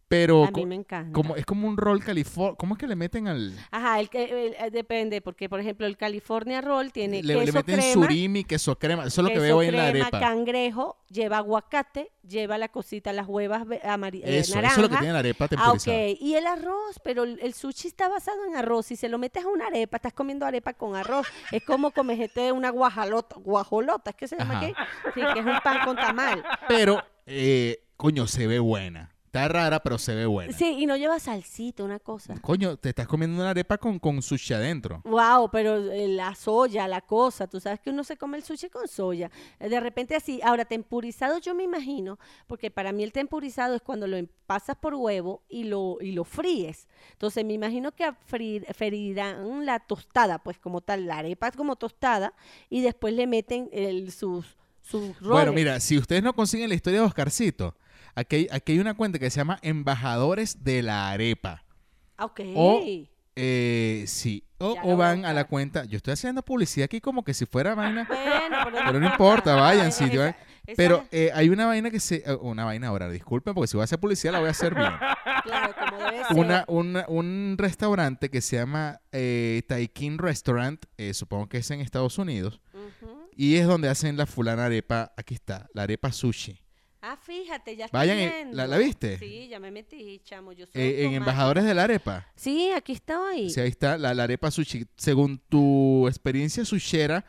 Pero
a
co-
mí me encanta.
como, es como un rol california. ¿Cómo es que le meten al...?
Ajá, el, que- el- eh, depende, porque por ejemplo el California Roll tiene
Le, le
queso
meten
crema,
surimi, queso crema. Eso es lo que
queso
veo hoy en la
crema,
arepa.
cangrejo, lleva aguacate, lleva la cosita, las huevas ve- amari- eh,
Eso,
naranja.
eso es lo que tiene la arepa
Ah,
temporizada.
ok. Y el arroz, pero el el sushi está basado en arroz. Si se lo metes a una arepa, estás comiendo arepa con arroz. Es como comejete una guajalota, guajolota, es que se llama
Ajá.
aquí. Sí, que es un pan con tamal.
Pero, eh, coño, se ve buena. Está rara, pero se ve buena.
Sí, y no lleva salsita, una cosa.
Coño, te estás comiendo una arepa con, con sushi adentro.
Wow, pero eh, la soya, la cosa, tú sabes que uno se come el sushi con soya. Eh, De repente así, ahora tempurizado yo me imagino, porque para mí el tempurizado es cuando lo em- pasas por huevo y lo y lo fríes. Entonces me imagino que a freír- freirán la tostada, pues como tal, la arepa es como tostada y después le meten el, sus sus roles.
Bueno, mira, si ustedes no consiguen la historia de Oscarcito, aquí, hay- aquí hay una cuenta que se llama Embajadores de la Arepa.
Ah, Okay.
O, eh, sí. O,
Ya
o
lo voy a
van a la
buscar.
cuenta. Yo estoy haciendo publicidad aquí como que si fuera vaina.
Bueno,
Pero no importa, vayan,
si
sí, yo- Pero eh, hay una vaina que se. eh, Una vaina ahora, disculpen, porque si voy a hacer publicidad la voy a hacer bien.
claro, como debe ser.
una, una- un restaurante que se llama eh, Taikin Restaurant, eh, supongo que es en Estados Unidos,
Ujú.
y es donde hacen la fulana arepa, aquí está, la arepa sushi.
Ah, fíjate, ya
Vayan y-
estoy viendo.
¿la- la viste?
Sí, ya me metí, chamo. Yo soy
Eh, en
automática.
Embajadores de la Arepa.
Sí, aquí estoy.
Sí, ahí está, la, la arepa sushi. Según tu experiencia sushera,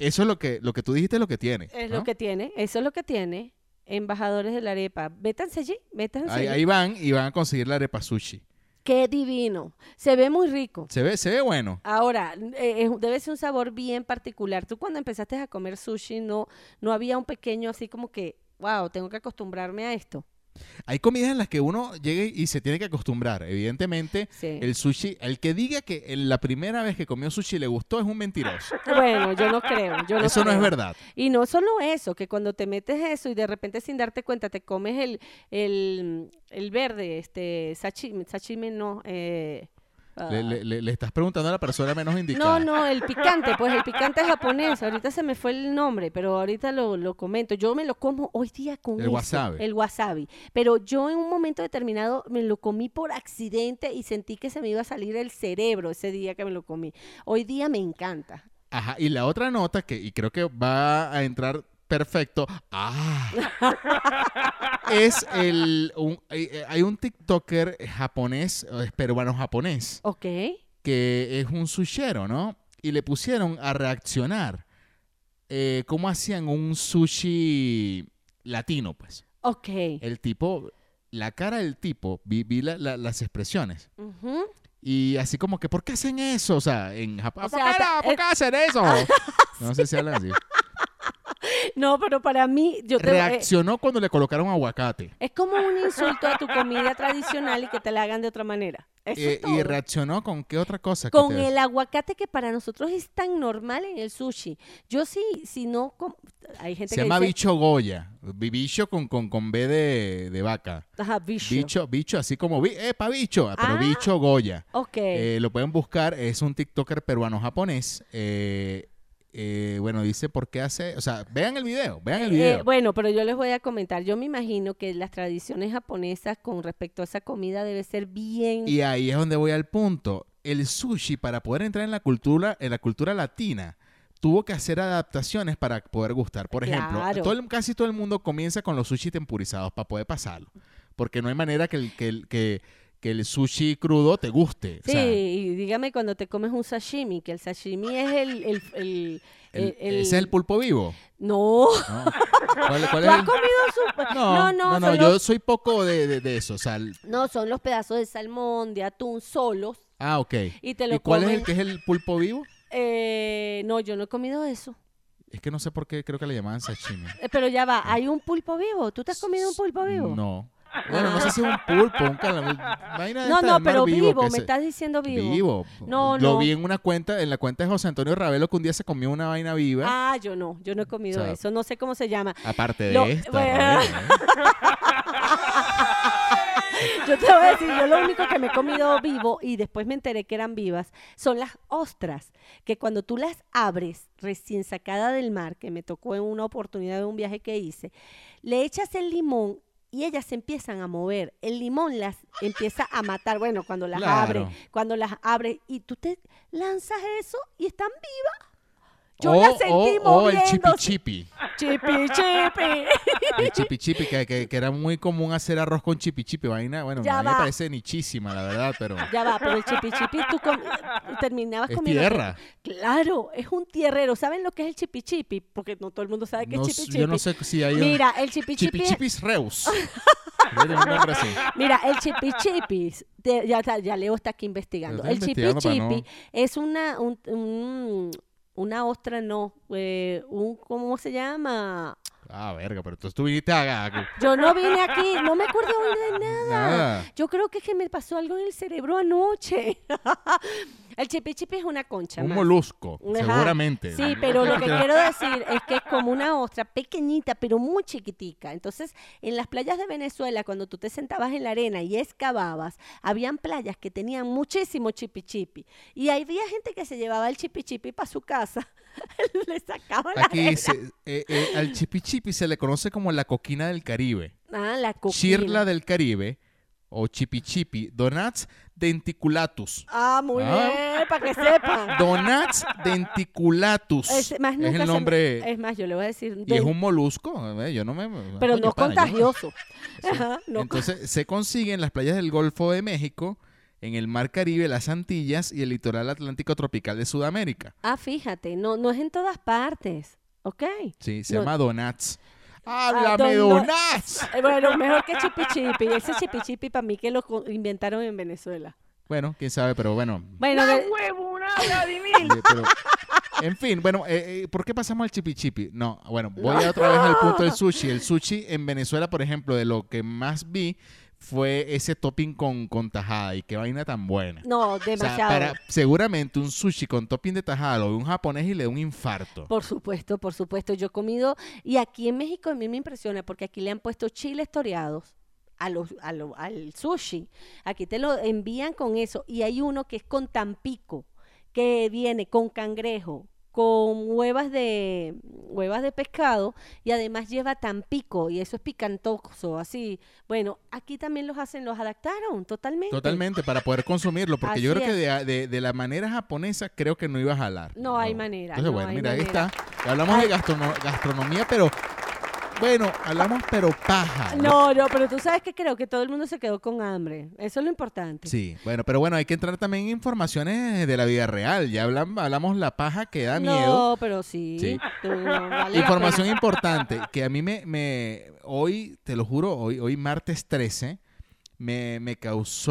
eso es lo que, lo que tú dijiste, es lo que tiene.
es
¿no?
lo que tiene, eso es lo que tiene. Embajadores de la arepa. Métanse allí, métanse
Ahí,
allí.
ahí van y van a conseguir la arepa sushi.
Qué divino. Se ve muy rico.
Se ve, se ve bueno.
Ahora, eh, es- debe ser un sabor bien particular. Tú cuando empezaste a comer sushi, no, no había un pequeño así como que, wow, tengo que acostumbrarme a esto.
Hay comidas en las que uno llega y se tiene que acostumbrar. Evidentemente,
Sí.
el sushi, el que diga que el- la primera vez que comió sushi le gustó es un mentiroso.
Bueno, yo no creo. yo
Eso no es
creo.
verdad.
Y no solo eso, que cuando te metes eso y de repente sin darte cuenta te comes el, el, el verde, este, sashimi, sashimi no. eh, ah,
Le, le- le- le estás preguntando a la persona menos
no,
indicada.
no, el picante, pues el picante japonés. Ahorita se me fue el nombre, pero ahorita lo, lo comento. Yo me lo como hoy día con
El
eso,
wasabi.
el wasabi. Pero yo en un momento determinado me lo comí por accidente y sentí que se me iba a salir el cerebro ese día que me lo comí. Hoy día me encanta.
Ajá, y la otra nota que, y creo que va a entrar perfecto, ah, es el, un- hay- hay un tiktoker japonés, es peruano japonés,
¿Ok?
que es un sushero, ¿no? Y le pusieron a reaccionar eh, cómo hacían un sushi latino, pues.
Ok.
El tipo, la cara del tipo, vi, vi la- la- las expresiones.
Ujú.
Y así como que, ¿por qué hacen eso? O sea, en Japón,
O
¿por,
sea, Ah,
qué,
ta-
no? ¿Por qué hacen eso? No sé si hablan así.
No, pero para mí, yo te eh,
Reaccionó cuando le colocaron aguacate.
es como un insulto a tu comida tradicional y que te la hagan de otra manera. Eso es
Eh, y
todo.
reaccionó con qué otra cosa. que
Con
te-
el aguacate que para nosotros es tan normal en el sushi. Yo sí, si no, com- hay gente
Se
que
llama
dice,
bicho Goya. Bi- Bicho con, con, con B de, de vaca.
Ajá, bicho.
Bicho, bicho, así como, bi- ¡epa, bicho! Pero
Ah.
bicho Goya.
Ok.
Eh, lo pueden buscar, es un TikToker peruano-japonés. Eh, eh, bueno, dice por qué hace. O sea, vean el video, vean el
Eh,
video.
bueno, pero yo les voy a comentar. Yo me imagino que las tradiciones japonesas con respecto a esa comida debe ser bien.
Y ahí es donde voy al punto. El sushi, para poder entrar en la cultura, en la cultura latina, tuvo que hacer adaptaciones para poder gustar. Por ejemplo,
Claro.
todo el- casi todo el mundo comienza con los sushi tempurizados para poder pasarlo. Porque no hay manera que el, que el, que, que el sushi crudo te guste. O
Sí,
sea,
y dígame cuando te comes un sashimi, que el sashimi es el. el, el-
el-
el- eh, el-
Ese es el pulpo vivo.
No.
¿no? ¿Cuál- cuál es
¿Tú has
el-
comido su-
No, no, no,
son
yo
los-
soy poco de, de- de eso. O sea, el-
no, son los pedazos de salmón, de atún solos.
ah, ok.
Y te lo
cuál es
comen-
el que es el pulpo vivo?
Eh, no, yo no he comido eso.
Es que no sé por qué creo que le llamaban sashimi.
Eh, Pero ya va, hay un pulpo vivo. ¿Tú te has comido un pulpo vivo?
No. Bueno, no sé si es un pulpo, un calamar. vaina de
no,
esta
no,
del mar
pero vivo,
que
me
se-
estás diciendo vivo.
Vivo.
No,
Lo
no.
vi en una cuenta, en la cuenta de José Antonio Ravelo que un día se comió una vaina viva.
Ah, yo no, yo no he comido
O sea,
eso, no sé cómo se llama.
Aparte de
lo-
esta.
bueno.
Ravelo, ¿eh?
Yo te voy a decir, yo lo único que me he comido vivo y después me enteré que eran vivas son las ostras, que cuando tú las abres recién sacada del mar, que me tocó en una oportunidad de un viaje que hice, le echas el limón y ellas se empiezan a mover. El limón las empieza a matar. Bueno, cuando las
Claro.
abre, cuando las abre y tú te lanzas eso y están vivas. Yo
o,
las sentí
o- o el chipi
moviéndose.
chipi.
Chipi, chipi.
El chipi chipi, que, que- que era muy común hacer arroz con chipi chipi. Vaina, bueno,
Ya
a mí me
va.
parece nichísima, la verdad, pero.
Ya va, pero el chipi chipi tú com- terminabas
Es
comiendo.
tierra.
Claro, es un tierrero. ¿Saben lo que es el chipi chipi? Porque no todo el mundo sabe qué
no
es chipi
sé-
chipi.
yo no sé si hay un-
Mira, el chipi chipi.
Chipi chipis reus. Creo que es un nombre así.
Mira, el chipi chipis, te- ya, está- ya Leo está aquí investigando.
Lo estoy
El chipi
investigando para
chipi
no-
es una, un- un- una ostra, no, eh, un, ¿cómo se llama?
Ah, verga, pero entonces tú viniste a. a-
Yo no vine aquí, no me acuerdo de nada.
Nada.
Yo creo que es que me pasó algo en el cerebro anoche. el chipi chipi es una concha.
un
más.
molusco,
Ajá.
seguramente.
Sí, pero lo que quiero decir es que es como una ostra pequeñita, pero muy chiquitica. Entonces, en las playas de Venezuela, cuando tú te sentabas en la arena y excavabas, habían playas que tenían muchísimo chipi chipi. Y había gente que se llevaba el chipi chipi para su casa. Le sacaban la
Aquí
arena.
dice, eh, eh, al chipi chipi se le conoce como la coquina del Caribe,
Ah, la coquina.
chirla del Caribe o chipi chipi, donuts denticulatus.
Ah, muy
Ah.
bien, para que sepan.
Donuts denticulatus.
Es, más, nunca
es
se
el
me-
nombre.
es más, yo le voy a decir.
y es
del-
un molusco. eh, Yo no me.
pero
coño,
no
pana, yo
contagioso. Ajá, no con-
Entonces se consigue en las playas del Golfo de México, en el Mar Caribe, las Antillas y el litoral atlántico tropical de Sudamérica.
Ah, fíjate, no, no es en todas partes. Ok.
Sí, se
No. Ah,
llama donuts. ¡Háblame,
don-
Donás!
Eh, Bueno, mejor que chipichipi. Ese chipichipi para mí que lo co- inventaron en Venezuela.
Bueno, quién sabe, pero bueno.
Bueno, ve-
eh, pero- en fin, bueno, eh, eh, ¿por qué pasamos al chipi chipi? No, bueno, voy a otra vez al punto del sushi. El sushi en Venezuela, por ejemplo, de lo que más vi fue ese topping con, con tajada y qué vaina tan buena.
no,
O sea,
demasiado.
para- seguramente un sushi con topping de tajada lo ve un japonés y le da un infarto.
Por supuesto, por supuesto. Yo he comido, y aquí en México a mí me impresiona porque aquí le han puesto chiles toreados a los, a lo- al sushi. Aquí te lo envían con eso. Y hay uno que es con tampico, que viene con cangrejo, con huevas de, huevas de pescado y además lleva tampico y eso es picantoso, así. Bueno, aquí también los hacen, los adaptaron totalmente.
Totalmente, para poder consumirlo, porque yo
Así
creo que de, de- de la manera japonesa creo que no iba a jalar.
No hay manera,
Entonces,
no
bueno,
hay
mira,
manera.
ahí está. Ya hablamos de gastrono- gastronomía, pero bueno, hablamos pero paja. ¿no?
No, no, pero tú sabes que creo que todo el mundo se quedó con hambre. Eso es lo importante.
Sí, bueno, pero bueno, hay que entrar también en informaciones de la vida real. Ya hablan- hablamos la paja que da miedo.
No, pero sí.
Sí.
tú, no, vale la
Información importante, que a mí me, me- hoy, te lo juro, hoy, hoy martes 13, me, me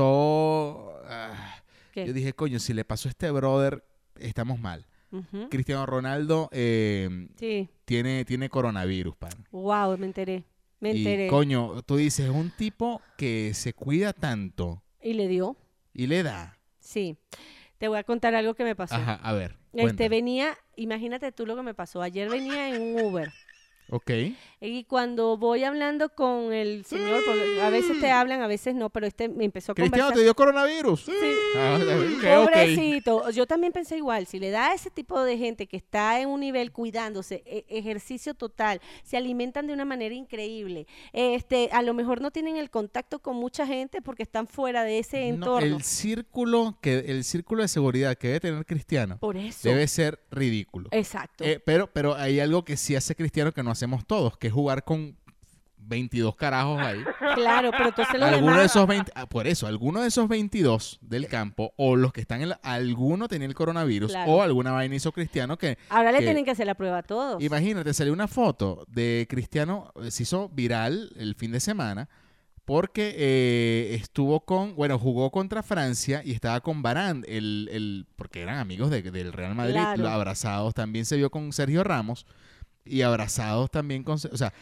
causó... ah,
pena. ¿Qué?
yo dije, coño, si le pasó a este brother, estamos mal.
Ujú.
Cristiano Ronaldo eh,
Sí,
tiene, tiene coronavirus, pan.
wow, me enteré. Me
Y
enteré.
coño, tú dices, es un tipo que se cuida tanto
Y le dio.
y le da.
Sí. Te voy a contar algo que me pasó.
Ajá, a ver.
Este
cuenta.
venía, imagínate tú lo que me pasó. Ayer venía en un Uber.
Ok.
Y cuando voy hablando con el señor, porque a veces te hablan, a veces no, pero este me empezó a
Cristiano,
conversar.
¿te dio coronavirus?
Sí.
Ah, ok, ok.
Pobrecito, yo también pensé igual, si le da a ese tipo de gente que está en un nivel cuidándose, e- ejercicio total, se alimentan de una manera increíble, este, a lo mejor no tienen el contacto con mucha gente porque están fuera de ese
No,
este entorno.
el círculo que el círculo de seguridad que debe tener Cristiano
Por eso.
debe ser ridículo.
Exacto.
Eh, pero pero hay algo que sí hace Cristiano que no hacemos todos, que es jugar con 22 carajos ahí.
claro, pero entonces los
Alguno de
demás...
esos 20, ah, por eso, alguno de esos 22 del campo o los que están en la- alguno tenía el coronavirus
Claro.
o alguna vaina hizo Cristiano que
Ahora le
que-
tienen que hacer la prueba a todos.
Imagínate, salió una foto de Cristiano, eh, se hizo viral el fin de semana porque eh, estuvo con, bueno, jugó contra Francia y estaba con Barán, el, el, porque eran amigos de- del Real Madrid,
Claro.
lo- abrazados, también se vio con Sergio Ramos y abrazados también con, Se- o sea,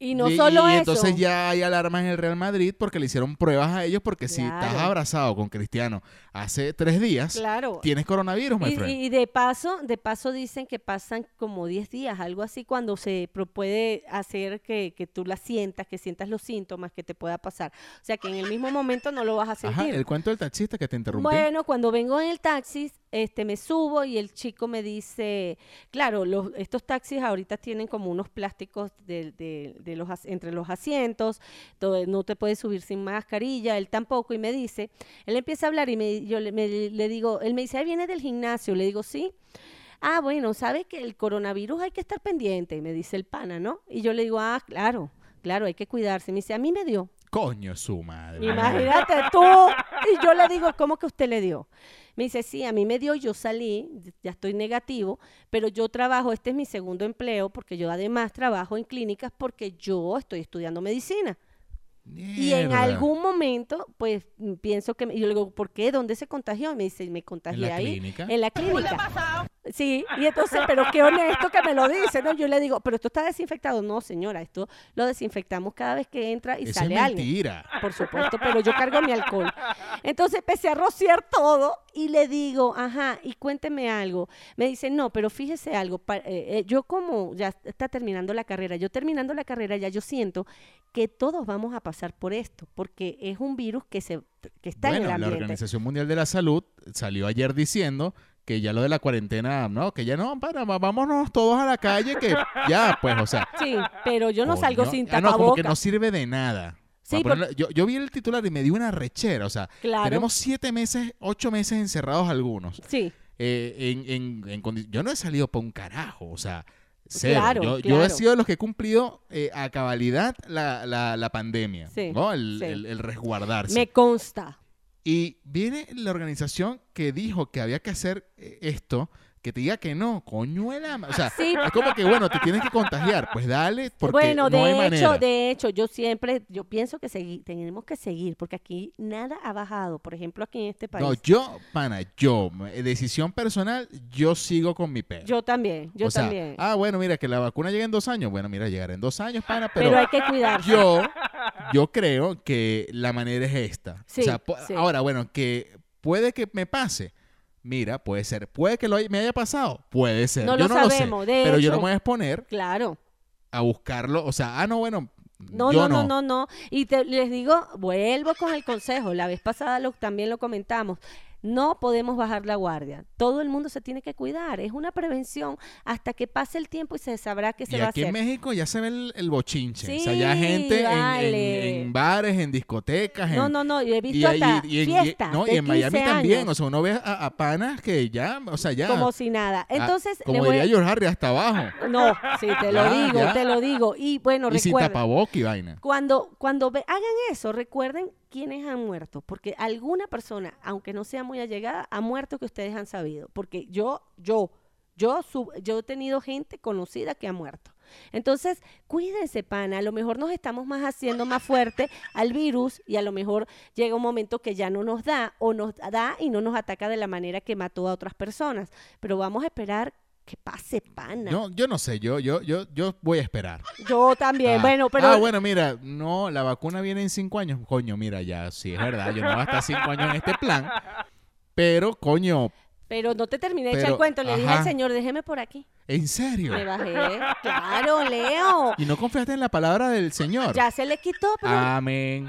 y no
y-
solo
y
eso.
entonces ya hay alarmas en el Real Madrid porque le hicieron pruebas a ellos porque si estás
Claro.
abrazado con Cristiano hace tres días,
Claro.
tienes coronavirus, my
Y,
friend.
y de paso, de paso dicen que pasan como 10 días, algo así, cuando se pro- puede hacer que, que tú la sientas, que sientas los síntomas que te pueda pasar. O sea, que en el mismo momento no lo vas a
Ajá,
sentir.
el cuento del taxista que te interrumpí.
Bueno, cuando vengo en el taxi, este, me subo y el chico me dice, claro, los, estos taxis ahorita tienen como unos plásticos de, de- de los, as- entre los asientos, todo- no te puedes subir sin mascarilla, él tampoco, y me dice, él empieza a hablar y me, yo le, me- le digo, él me dice, "Ay, viene del gimnasio, le digo, sí. Ah, bueno, sabes que el coronavirus hay que estar pendiente, me dice el pana, ¿no? Y yo le digo, ah, claro, claro, hay que cuidarse. Me dice, a mí me dio.
Coño, su madre.
Imagínate tú. Y yo le digo, ¿cómo que usted le dio? Me dice, sí, a mí me dio, yo salí, ya estoy negativo, pero yo trabajo, este es mi segundo empleo, porque yo además trabajo en clínicas porque yo estoy estudiando medicina. Y en
Mierda.
algún momento, pues mm, pienso que, me- y yo le digo, ¿por qué? ¿Dónde se contagió? Y me dice, me contagié
la
ahí.
clínica?
En la clínica. Sí, y entonces, pero qué honesto que me lo dice, ¿no? Yo le digo, pero esto está desinfectado. No, señora, esto lo desinfectamos cada vez que entra y
Eso
sale
es
alguien.
mentira.
Por supuesto, pero yo cargo mi alcohol. Entonces empecé a rociar todo y le digo, ajá, y cuénteme algo. Me dice, no, pero fíjese algo, pa- eh, eh, yo como ya está terminando la carrera, yo terminando la carrera ya yo siento que todos vamos a pasar por esto, porque es un virus que, se, que está en el
Bueno, la
ambiente.
Organización Mundial de la Salud salió ayer diciendo que ya lo de la cuarentena, no, que ya no, para, va- vámonos todos a la calle, que ya, pues, o sea.
Sí, pero yo no salgo
coño.
sin
Ah, no, como que
tapabocas.
no sirve de nada.
Sí,
Para ponerlo- yo, yo vi el titular y me dio una rechera, o sea,
Claro.
tenemos siete meses, ocho meses encerrados algunos.
Sí,
eh, en, en- en condi- yo no he salido para un carajo, o sea, cero.
Claro,
yo, yo he
claro.
sido de los que he cumplido eh, a cabalidad la, la- la pandemia,
Sí,
¿no? El,
sí.
el- el resguardarse.
me consta.
Y viene la organización que dijo que había que hacer eh, esto que te diga que no, coño de la ma- O sea,
Sí.
es como que, bueno, te tienes que contagiar. Pues dale, porque
bueno,
no
de
hay
hecho,
manera.
de hecho, yo siempre, yo pienso que segui- tenemos que seguir, porque aquí nada ha bajado, por ejemplo, aquí en este país.
No, yo, pana, yo, eh, decisión personal, yo sigo con mi perro.
yo también, yo
o sea,
también.
ah, bueno, mira, que la vacuna llega en dos años. Bueno, mira, llegará en dos años, pana,
pero,
pero,
hay que cuidarse.
yo, yo creo que la manera es esta.
Sí,
o sea, po-
sí.
ahora, bueno, que puede que me pase. Mira, puede ser. Puede que lo hay- me haya pasado. Puede ser.
No
yo
lo
no
sabemos,
lo sé.
de
pero yo
hecho.
no me voy a exponer
Claro.
a buscarlo. O sea, ah, no, bueno,
No,
yo
no, no, no, no. Y te- les digo, vuelvo con el consejo. La vez pasada lo, también lo comentamos. No podemos bajar la guardia. Todo el mundo se tiene que cuidar. Es una prevención hasta que pase el tiempo y se sabrá qué se
Y
va a
aquí
hacer.
en México ya se ve el, el bochinche. o sea, ya
Sí,
gente en- en-
vale.
en, bares, en discotecas. en-
No, no, no. Yo he visto
ahí-
hasta
y en- y-
fiestas
no, y
de
en Miami
15
también.
años,
O sea, uno ve a, a panas que ya, o sea, ya.
como si nada.
ah,
Entonces, le
como
voy-
diría George Harry, hasta abajo.
No, sí, te lo
Ya,
digo,
ya.
te Ah, lo digo. Y bueno,
Y sin
recuerda.
tapabocas y vaina.
Cuando, cuando ve- hagan eso, recuerden quiénes han muerto, porque alguna persona, aunque no sea muy allegada, ha muerto que ustedes han sabido, porque yo, yo, yo, su- yo he tenido gente conocida que ha muerto. Entonces, cuídense, pana, a lo mejor nos estamos más haciendo más fuerte al virus y a lo mejor llega un momento que ya no nos da o nos da y no nos ataca de la manera que mató a otras personas, pero vamos a esperar que pase, pana.
No, yo no sé, yo, yo, yo, yo voy a esperar.
Yo también,
Ah,
bueno, pero...
Ah, bueno, mira, no, la vacuna viene en cinco años. Coño, mira, ya, sí, es verdad, yo no voy a estar cinco años en este plan. Pero, coño,
Pero no te terminé de echar
Pero,
el cuento. Le dije al
ajá.
señor, déjeme por aquí.
¿en serio?
Me bajé. Claro, Leo.
Y no confiaste en la palabra del Señor.
Ya se le quitó, pues. pero
Amén.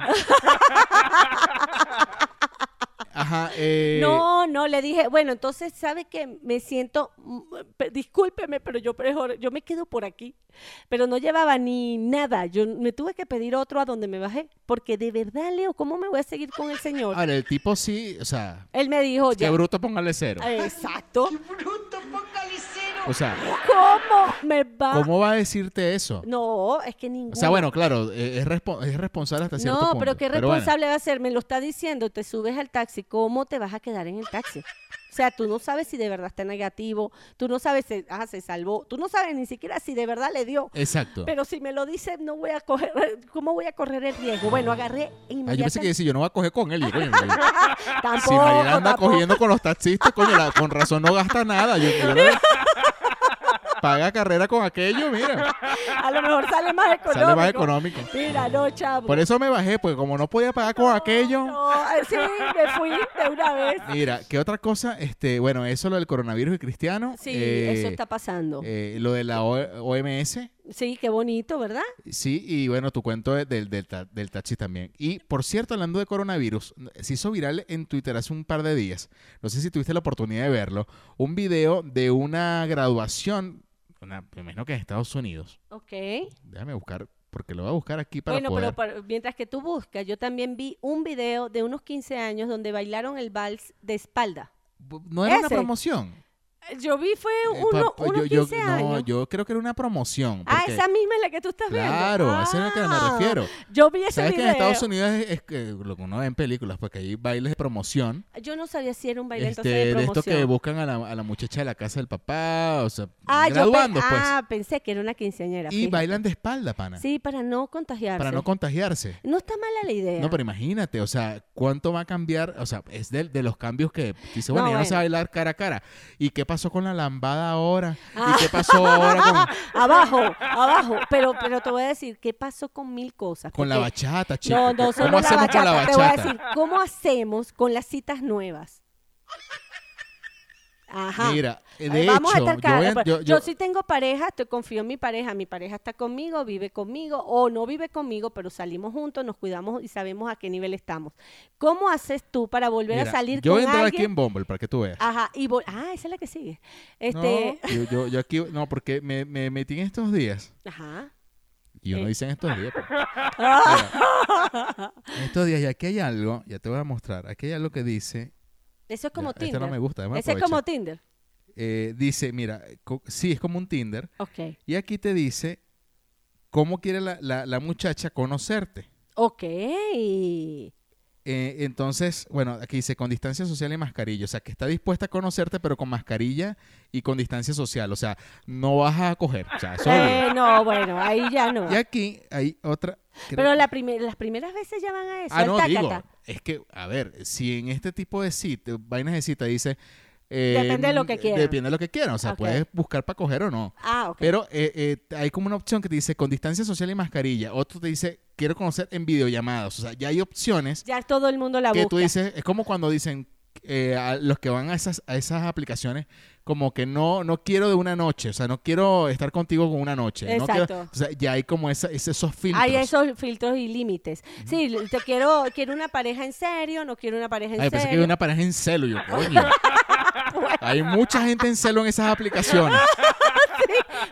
Ajá, eh,
No, no, le dije, bueno, entonces sabe que me siento, mm, pe- discúlpeme, pero yo mejor, yo me quedo por aquí. Pero no llevaba ni nada, yo me tuve que pedir otro a donde me bajé, porque de verdad, Leo, ¿cómo me voy a seguir con el señor?
Ahora, el tipo sí, o sea,
Él me dijo,
qué
ya,
bruto póngale cero.
exacto,
O sea,
¿cómo me va?
¿cómo va a decirte eso?
Ah. No, es que ningún
O sea, bueno, claro, eh, es, respo- es responsable hasta cierto
No,
punto.
pero qué
bueno.
responsable va a ser, me lo está diciendo, te subes al taxi, ¿cómo te vas a quedar en el taxi? O sea, tú no sabes si de verdad está negativo, tú no sabes si ah, se salvó, tú no sabes ni siquiera si de verdad le dio.
Exacto.
Pero si me lo dice, no voy a coger, ¿cómo voy a correr el riesgo? Bueno, agarré
Ah, yo pensé que
inmediatamente.
decía, yo no voy a coger con él. Y yo, coño, si
Tampoco,
Mariela anda
tampoco.
cogiendo con los taxistas, coño, la- con razón no gasta nada. Yo, yo la- paga carrera con aquello, mira.
A lo mejor sale más económico.
Sale más económico.
Mira, no, chavo.
Por eso me bajé, porque como no podía pagar con aquello.
No, eh, sí, me fui de una vez.
Mira, ¿qué otra cosa? Este, bueno, eso lo del coronavirus y cristiano.
Sí,
eh,
eso está pasando.
eh, lo de la O- OMS,
sí, qué bonito, ¿verdad?
sí, y bueno, tu cuento de- del, del, ta- del taxi también. Y por cierto, hablando de coronavirus, se hizo viral en Twitter hace un par de días, no sé si tuviste la oportunidad de verlo, un video de una graduación, una, me imagino que en Estados Unidos.
Ok.
Déjame buscar, porque lo voy a buscar aquí para
Bueno,
poder...
pero para- mientras que tú buscas, yo también vi un video de unos 15 años donde bailaron el vals de espalda.
No era una
ese.
promoción.
Yo vi fue
Eh, pa-
uno,
yo-
unos
yo,
15
no,
años.
yo creo que era una promoción.
ah,
porque-
esa misma es la que tú estás viendo.
Claro, a esa es a la que me
Ah,
refiero.
Yo vi ese
¿Sabes que
video.
en Estados Unidos es, es que lo que uno ve en películas? Porque hay bailes de promoción.
Yo no sabía si era un baile
este,
entonces de
de esto
promoción.
que buscan a la, a la muchacha de la casa del papá, o sea,
ah, yo pe-
graduando, pues.
ah, pensé que era una quinceañera.
y
fíjate.
bailan de espalda, pana.
Sí, para no contagiarse.
para no contagiarse.
No está mala la idea.
No, pero imagínate, o sea, cuánto va a cambiar, o sea, es de, de los cambios que dice, bueno,
No,
ya no se
bueno.
va a bailar cara a cara. ¿Y qué pasó con la lambada ahora?
Ah.
¿Y qué pasó ahora con,
abajo, abajo. Pero, pero te voy a decir, ¿qué pasó con mil cosas?
con la
Porque-
bachata, chicos?
No, no, solo
¿Cómo
la
hacemos
bachata.
con la
Te voy a
bachata?
decir, ¿cómo hacemos con las citas nuevas? Ajá.
Mira, eh, de
Ay, vamos a
hecho,
estar
yo,
cara-
voy a-
pero
yo-
yo,
yo-
sí tengo pareja, te confío en mi pareja, mi pareja está conmigo, vive conmigo o no vive conmigo, pero salimos juntos, nos cuidamos y sabemos a qué nivel estamos. ¿Cómo haces tú para volver a
Mira,
salir
yo
con
entro
alguien?
aquí en Bumble para que tú veas.
Ajá, y vol- ah, esa es la que sigue. Este,
No, yo, yo- yo aquí, no, porque me, me metí en estos días.
ajá.
Y uno
Eh.
dice en estos días. pues. Mira, en estos días, y aquí hay algo, ya te voy a mmostrar. Aquí hay algo que dice.
Eso es como
Ya, esta
Tinder.
no me gusta, déjame
Ese es
aprovechar.
como Tinder.
eh, dice, mira, co- sí, es como un Tinder.
Ok.
Y aquí te dice cómo quiere la, la- la muchacha conocerte.
Ok.
Eh, entonces, bueno, aquí dice con distancia social y mascarilla. O sea, que está dispuesta a conocerte, pero con mascarilla y con distancia social. O sea, no vas a coger. O sea, eso es
Eh,
verdad.
no, bueno, ahí ya no.
Y aquí hay otra. creo-
Pero la primer- las primeras veces ya van a eso.
ah,
al
no,
tácata.
digo. Es que, a ver, si en este tipo de cita, vainas de cita dice. eh,
Depende de lo que quieran.
Depende de lo que quieran. O sea,
Ok.
puedes buscar para coger o no.
Ah, ok.
Pero eh, eh, hay como una opción que te dice con distancia social y mascarilla. Otro te dice quiero conocer en videollamadas. O sea, ya hay opciones
ya todo el mundo la
que
busca.
tú dices, es como cuando dicen eh, a los que van a esas, a esas aplicaciones, como que no, no quiero de una noche, o sea, no quiero estar contigo con una noche. no quiero-
Exacto.
o sea, ya hay como esa, ese- esos filtros.
Hay esos filtros y límites. Sí, te quiero, quiero una pareja en serio, no quiero una pareja en
Ay, pensé que
serio.
había una pareja en celo, yo, coño. Hay mucha gente en celo en esas aplicaciones.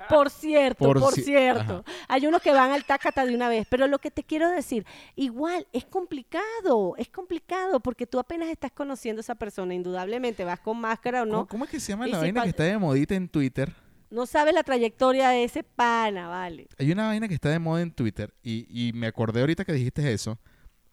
Por cierto, por,
Por ci-
cierto. Hay unos que van al tácata de una vez, pero lo que te quiero decir, igual es complicado, es complicado porque tú apenas estás conociendo a esa persona, indudablemente, vas con máscara o
¿Cómo,
no,
cómo es que se llama
Y
la
si
vaina
pa-
que está de modita en Twitter?
no sabes la trayectoria de ese pana, vale.
Hay una vaina que está de moda en Twitter y, y me acordé ahorita que dijiste eso.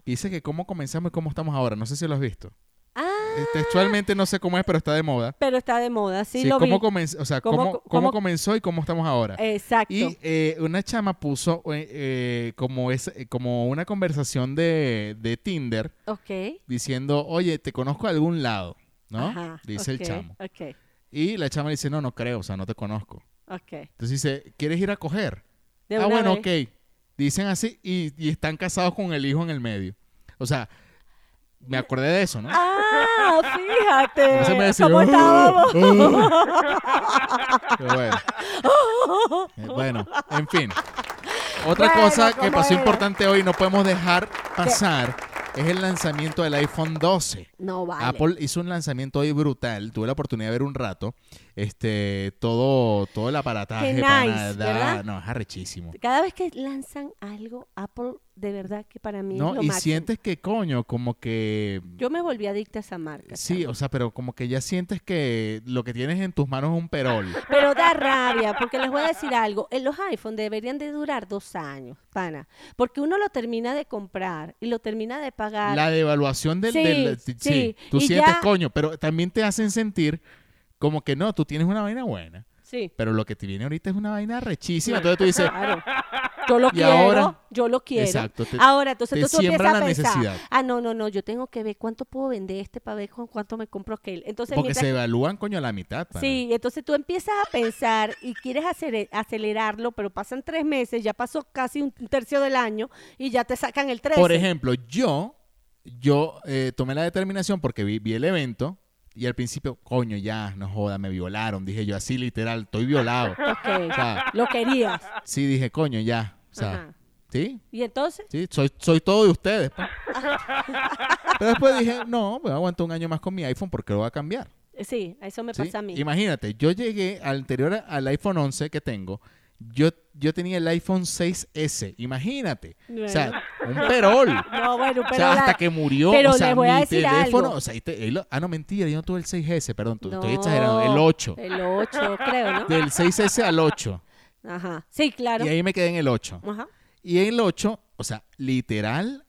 Dice que cómo comenzamos y cómo estamos ahora. No sé si lo has visto.
Ah,
Eh, Textualmente no sé cómo es, pero está de moda.
pero está de moda, sí,
Sí,
lo
cómo
vi.
comenz- o sea,
¿Cómo
cómo,
co-
cómo
cómo-
comenzó y cómo estamos ahora.
Exacto.
Y eh, una chama puso eh, eh, como, es, eh, como una conversación de, de Tinder
Ok.
diciendo, oye, te conozco de algún lado, ¿no?
Ajá,
dice
ok,
el chamo.
Ok,
Y la chama dice, no, no creo, o sea, no te conozco.
ok.
Entonces dice, ¿quieres ir a coger?
De
ah,
una
bueno,
vez.
ok. Dicen así y, y están casados con el hijo en el medio. O sea, me acordé de eso, ¿no?
Ah,
Por eso me
fíjate.
decía,
¿Cómo
"Ah,
estábamos?
uh, ah". Pero bueno. Eh, bueno, en fin. Otra
Bueno,
cosa que
como
pasó
era.
importante hoy, no podemos dejar pasar, es el lanzamiento del iPhone 12.
No vale.
Apple hizo un lanzamiento hoy brutal. Tuve la oportunidad de ver un rato. Este, todo, todo el aparataje.
Qué nice,
pana, da-
¿verdad?
No, es arrechísimo.
Cada vez que lanzan algo, Apple, de verdad que para mí es
No,
lo
y
máximo.
sientes que, coño, como que
Yo me volví adicta a esa marca.
Sí,
chamo.
o sea, pero como que ya sientes que lo que tienes en tus manos es un perol.
Pero da rabia, porque les voy a decir algo. eh, Los iPhone deberían de durar dos años, pana. Porque uno lo termina de comprar y lo termina de pagar.
La devaluación del...
Sí,
del-
sí,
sí, tú
y
sientes
ya-
coño, pero también te hacen sentir como que no, tú tienes una vaina buena,
Sí.
pero lo que te viene ahorita es una vaina rechísima. Entonces tú dices,
Claro. Yo lo
Y
quiero,
ahora-
yo lo quiero.
Exacto, te-
ahora, entonces
te
tú, tú empiezas
siembra
a
la
pensar,
necesidad.
ah, no, no, no, yo tengo que ver cuánto puedo vender este para ver con cuánto me compro aquel. Entonces,
porque
mientras
se evalúan coño a la mitad. pana.
Sí, entonces tú empiezas a pensar y quieres acere- acelerarlo, pero pasan tres meses, ya pasó casi un tercio del año y ya te sacan el 13.
Por ejemplo, yo, yo eh, tomé la determinación porque vi, vi el evento y al principio, coño, ya, no joda, me violaron. Dije yo así literal, estoy violado.
Ok,
O sea,
lo querías.
sí, dije, coño, ya. O sea,
Ajá.
¿sí?
Y entonces,
Sí, soy, soy todo de ustedes. pues. Pero después dije, no, me aguanto un año más con mi iPhone porque lo va a cambiar.
eh, sí, eso me
¿sí?
pasa a mí.
Imagínate, yo llegué al anterior al iPhone 11 que tengo. Yo, yo tenía el iPhone 6S, imagínate. O sea, un perol.
No, bueno, pero
o sea, hasta
la-
que murió.
pero
o sea,
les voy a
mi
decir
teléfono.
algo.
O sea, y te- y lo- ah, no, mentira, yo no tuve el 6S, perdón, tu- estoy
No, Eh,
exagerando. El 8.
El 8, creo, ¿no?
Del 6S al 8.
Ajá. Sí, claro.
Y ahí me quedé en el 8.
Ajá.
Y el 8, o sea, literal,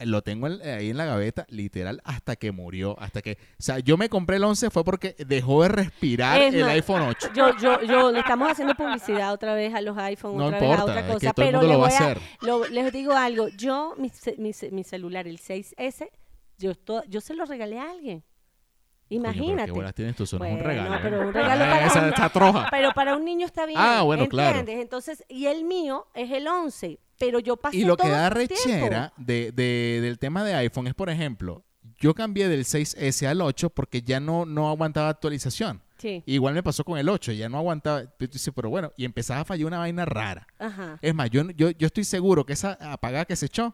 lo tengo en- ahí en la gaveta, literal, hasta que murió, hasta que... O sea, yo me compré el 11 fue porque dejó de respirar
Es
el
más, ah,
iPhone 8.
Yo, yo, yo, le estamos haciendo publicidad otra vez a los iPhone,
No
otra
importa,
vez a otra
es que
cosa,
todo el
pero
mundo lo
le
va a
voy lo- les digo algo, yo, mi, ce- mi ce- mi celular, el 6S, yo, to- yo se lo regalé a alguien.
Coño, pero
Imagínate.
¿Qué bolas tienes tú? Eso no es
Bueno,
un regalo.
pero
¿eh?
un regalo
Eh,
para
Esa,
un-
esa troja.
Pero para un niño está bien.
Ah, bueno, claro.
¿entiendes? Entonces, y el mío es el 11, pero yo pasé
Y lo que
todo
da
ese
rechera
tiempo.
de, de- del tema de iPhone es, por ejemplo, yo cambié del 6S al 8 porque ya no, no aguantaba actualización.
Sí.
Igual me pasó con el 8, ya no aguantaba. Pero tú dices, pero bueno, y empezaba a fallar una vaina rara.
Ajá.
Es más, yo, yo, yo estoy seguro que esa apagada que se echó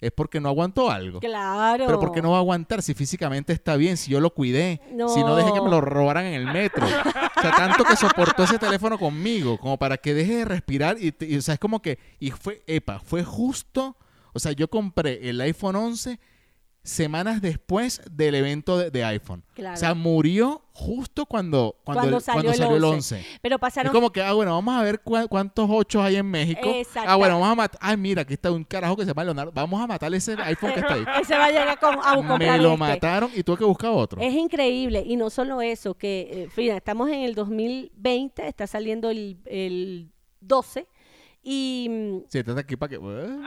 es porque no aguantó algo.
Claro.
Pero ¿por qué no va a aguantar si físicamente está bien, si yo lo cuidé,
No.
si no dejé que me lo robaran en el metro? o sea, tanto que soportó ese teléfono conmigo, como para que deje de respirar. Y, te- y, o sea, es como que, y fue, epa, fue justo. O sea, yo compré el iPhone 11 semanas después del evento de, de iPhone.
Claro.
O sea, murió justo cuando, cuando,
Cuando
el,
salió
cuando
el
salió el
11.
11.
Pero pasaron-
Es como que, ah, bueno, vamos a ver cua- cuántos 8 hay en México.
Exacta-
Ah, bueno, vamos a matar. Ay, mira, aquí está un carajo que se llama Leonardo. Vamos a matarle ese iPhone que está ahí.
Ese va a llegar con, a comprar
Me lo
este.
mataron y tuve que buscar otro.
Es increíble. Y no solo eso, que, eh, mira, estamos en el 2020, está saliendo el, el 12. Y, mm,
Si estás aquí para que. uh,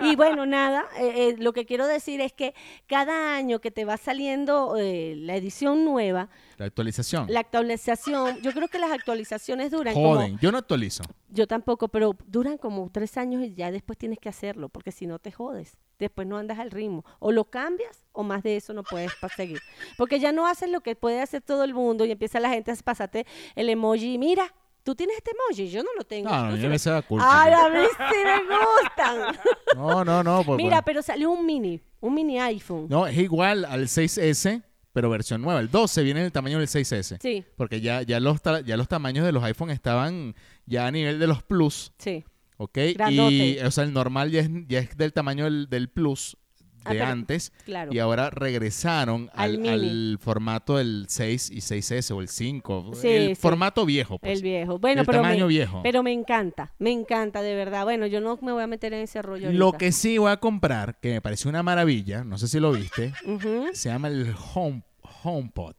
y bueno, nada, eh, eh, lo que quiero decir es que cada año que te va saliendo eh, la edición nueva,
La actualización.
la actualización, yo creo que las actualizaciones duran
Ah. Joden.
como...
Yo no actualizo.
Yo tampoco, pero duran como tres años y ya después tienes que hacerlo, porque si no te jodes, después no andas al ritmo. O lo cambias o más de eso no puedes pa- seguir. Porque ya no haces lo que puede hacer todo el mundo y empieza la gente a pasarte el emoji. Mira, tú tienes este emoji, yo no lo tengo.
No, no,
Tú
a mí
sí
me
lo-
se da culpa.
Ay, a mí sí me gustan.
No, no, no. por-
Mira,
por-
pero salió un mini, un mini iPhone.
No, es igual al 6S, pero versión nueva. El 12 viene en el tamaño del 6S.
Sí.
Porque ya, ya, los, ta- ya los tamaños de los iPhone estaban ya a nivel de los Plus,
Sí.
¿ok?
Grandote.
Y, o sea, el normal ya es, ya es del tamaño del, del Plus
Ah,
de
pero-
antes.
claro.
Y ahora regresaron
Al
al,
mini.
al formato del 6 y 6S o el 5.
Sí,
el
sí.
formato viejo, pues.
El viejo. Bueno,
El
pero
tamaño
me,
viejo.
Pero me encanta, me encanta, de verdad. Bueno, yo no me voy a meter en ese rollo.
Lo
ahorita.
que sí voy a comprar, que me pareció una maravilla, no sé si lo viste,
Ujú.
se llama el Home, HomePod.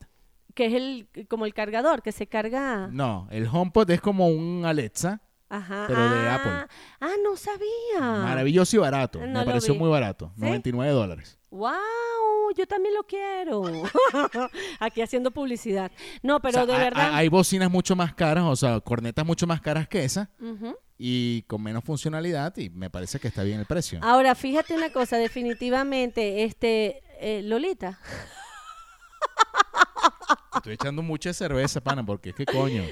que es el como el cargador que se carga.
No, el HomePod es como un Alexa,
Ajá.
pero de
ah,
Apple.
Ah, no sabía.
maravilloso y barato.
Ah. No
me
lo
pareció
vi.
muy barato,
¿Sí?
99 dólares.
Wow, yo también lo quiero. Aquí haciendo publicidad. No, pero
O sea,
de
hay-
verdad.
Hay bocinas mucho más caras, o sea, cornetas mucho más caras que esa
Ujú.
y con menos funcionalidad y me parece que está bien el precio.
Ahora, fíjate una cosa, definitivamente, este eh, Lolita,
Estoy echando mucha cerveza, pana, porque es que coño.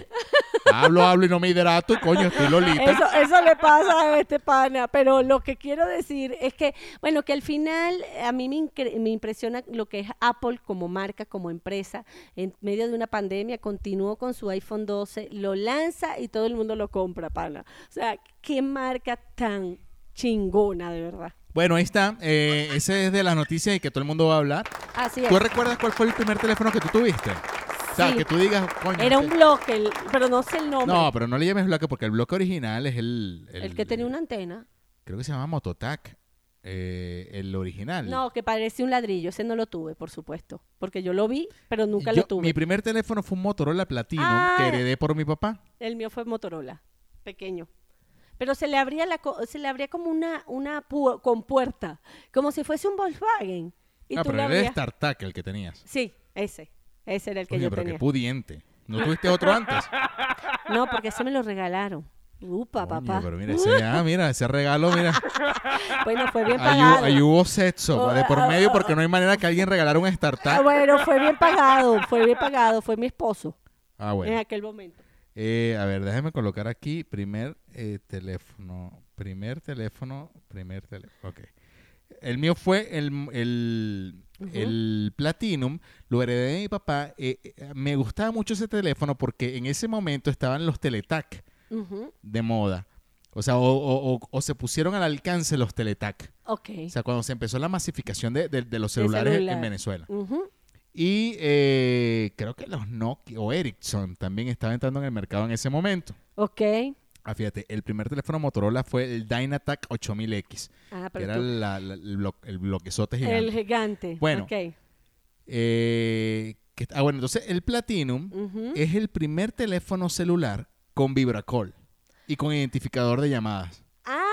Hablo, hablo y no me hidrato, y, coño, estoy lolita.
Eso, eso le pasa a este pana, pero lo que quiero decir es que, bueno, que al final eh, a mí me, incre- me impresiona lo que es Apple como marca, como empresa, en medio de una pandemia, continuó con su iPhone 12, lo lanza y todo el mundo lo compra, pana. O sea, qué marca tan chingona, de verdad.
Bueno, ahí está. Eh, ese es de las noticias y que todo el mundo va a hablar.
Así es.
¿Tú recuerdas cuál fue el primer teléfono que tú tuviste? O sea,
Sí.
que tú digas, coño.
Era un
este-
bloque, el- pero no sé el nombre.
No, pero no le llames bloque porque el bloque original es el.
el, que tenía una antena.
Creo que se llama Mototac. eh, el original.
No, que parecía un ladrillo. Ese no lo tuve, por supuesto. Porque yo lo vi, pero nunca
Yo-
lo tuve.
Mi primer teléfono fue un Motorola Platino
Ah.
que heredé por mi papá.
El mío fue Motorola, pequeño. Pero se le abría la co- se le abría como una una pu- compuerta, como si fuese un Volkswagen. Y
ah,
tú
pero
le
era el
abrías.
StarTac el que tenías.
Sí, ese. Ese era el que
Coño,
yo
pero
tenía.
qué pudiente. ¿No tuviste otro antes?
No, porque ese me lo regalaron. Upa,
Coño,
papá.
pero mira, ese, ah, mira, ese regalo, mira.
Bueno, fue bien
Ahí,
pagado.
hu- ahí hubo sexo de por medio porque no hay manera que alguien regalara un
Ah,
StarTac.
bueno, fue bien pagado, fue bien pagado, fue mi esposo
Ah,
en
bueno.
aquel momento.
Eh, a ver, déjame colocar aquí primer eh, teléfono. Primer teléfono, primer teléfono. Ok. El mío fue el, el, el Platinum, lo heredé de mi papá. eh, eh, me gustaba mucho ese teléfono porque en ese momento estaban los Teletac
Ujú,
de moda. O sea, o, o- o- o se pusieron al alcance los Teletac.
Ok.
O sea, cuando se empezó la masificación de, de- de los
De
celulares en-
celular.
en Venezuela.
Ujú,
Y eh, creo que los Nokia o Ericsson también estaba entrando en el mercado en ese momento.
Ok.
Ah, fíjate, el primer teléfono Motorola fue el Dynatac 8000X,
Ah,
que
pero
era
tú-
la- la- el, blo- el bloquezote gigante.
el gigante.
Bueno.
Ok.
Eh, que- ah, bueno, entonces el Platinum
Ujú.
es el primer teléfono celular con vibracol y con identificador de llamadas.
Ah.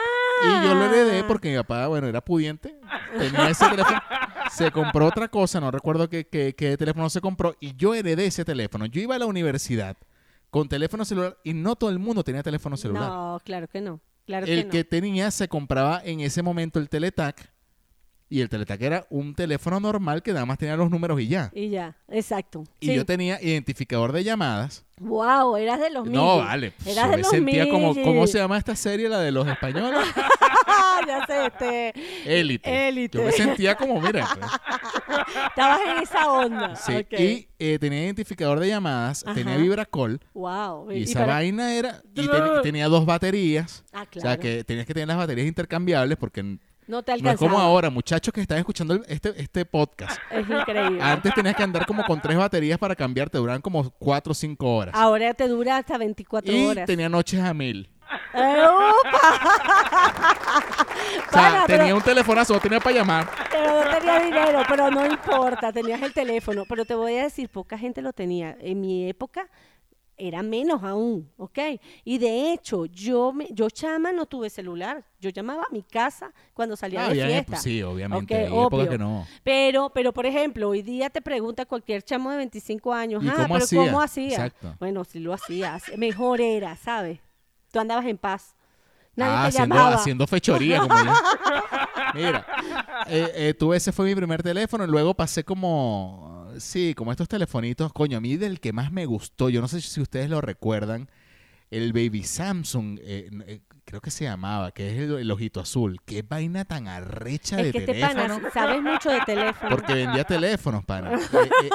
Y yo lo heredé porque mi papá, bueno, era pudiente, tenía ese teléfono, se compró otra cosa, no recuerdo qué, qué- qué teléfono se compró, y yo heredé ese teléfono. Yo iba a la universidad con teléfono celular y no todo el mundo tenía teléfono celular.
No, claro que no. Claro
el
que no.
que tenía se compraba en ese momento el Teletac, y el Teletac era un teléfono normal que nada más tenía los números y ya.
Y ya, exacto.
Y yo tenía identificador de llamadas.
Wow, eras de los
No,
Miggy.
vale. pues,
Eras
yo
de
me
los
sentía como,
Miggy.
¿cómo se llama esta serie? La de los españoles.
ya sé, este.
Élite.
Élite.
Yo me sentía como, mira. pues.
Estabas en esa onda.
Sí,
Ok.
y eh, tenía identificador de llamadas, tenía
Ajá.
vibracol,
Wow.
y,
y
esa
para-
vaina era... Y, ten- y tenía dos baterías,
Ah,
o sea,
claro.
que tenías que tener las baterías intercambiables porque n-
No te
No es
alcanzaba. Ah,
como ahora, muchachos que están escuchando el- este, este podcast.
Es increíble.
Antes tenías que andar como con tres baterías para cambiarte, duran como cuatro o cinco horas.
Ahora te dura hasta 24
y
Ah, horas.
tenía noches a mil.
¡Eh, ¡Opa!
O sea,
Pana,
tenía
pero,
un telefonazo, tenía para llamar.
pero no tenía dinero, pero no importa, tenías el teléfono. Pero te voy a decir, poca gente lo tenía. En mi época era menos aún, ¿ok? Y de hecho, yo me, yo chama no tuve celular. Yo llamaba a mi casa cuando salía
Ah,
de
bien,
fiesta.
pues sí, obviamente,
Ok,
hay épocas
obvio.
que no.
Pero, pero por ejemplo, hoy día te pregunta cualquier chamo de 25 años,
¿Y
ah,
cómo
pero
hacía?
¿cómo hacía?
Exacto.
Bueno, si lo hacías, mejor era, ¿sabes? Tú andabas en paz. Nadie
Ah,
te
haciendo,
llamaba.
haciendo fechoría. Como yo. Mira, eh, eh, tuve ese fue mi primer teléfono. Luego pasé como, sí, como estos telefonitos. Coño, a mí del que más me gustó, yo no sé si ustedes lo recuerdan, el Baby Samsung, eh, n- eh, creo que se llamaba, que es el, el ojito azul. Qué vaina tan arrecha de
Es que este
teléfono.
pana, sabes mucho de teléfono.
Porque vendía teléfonos, pana. Eh,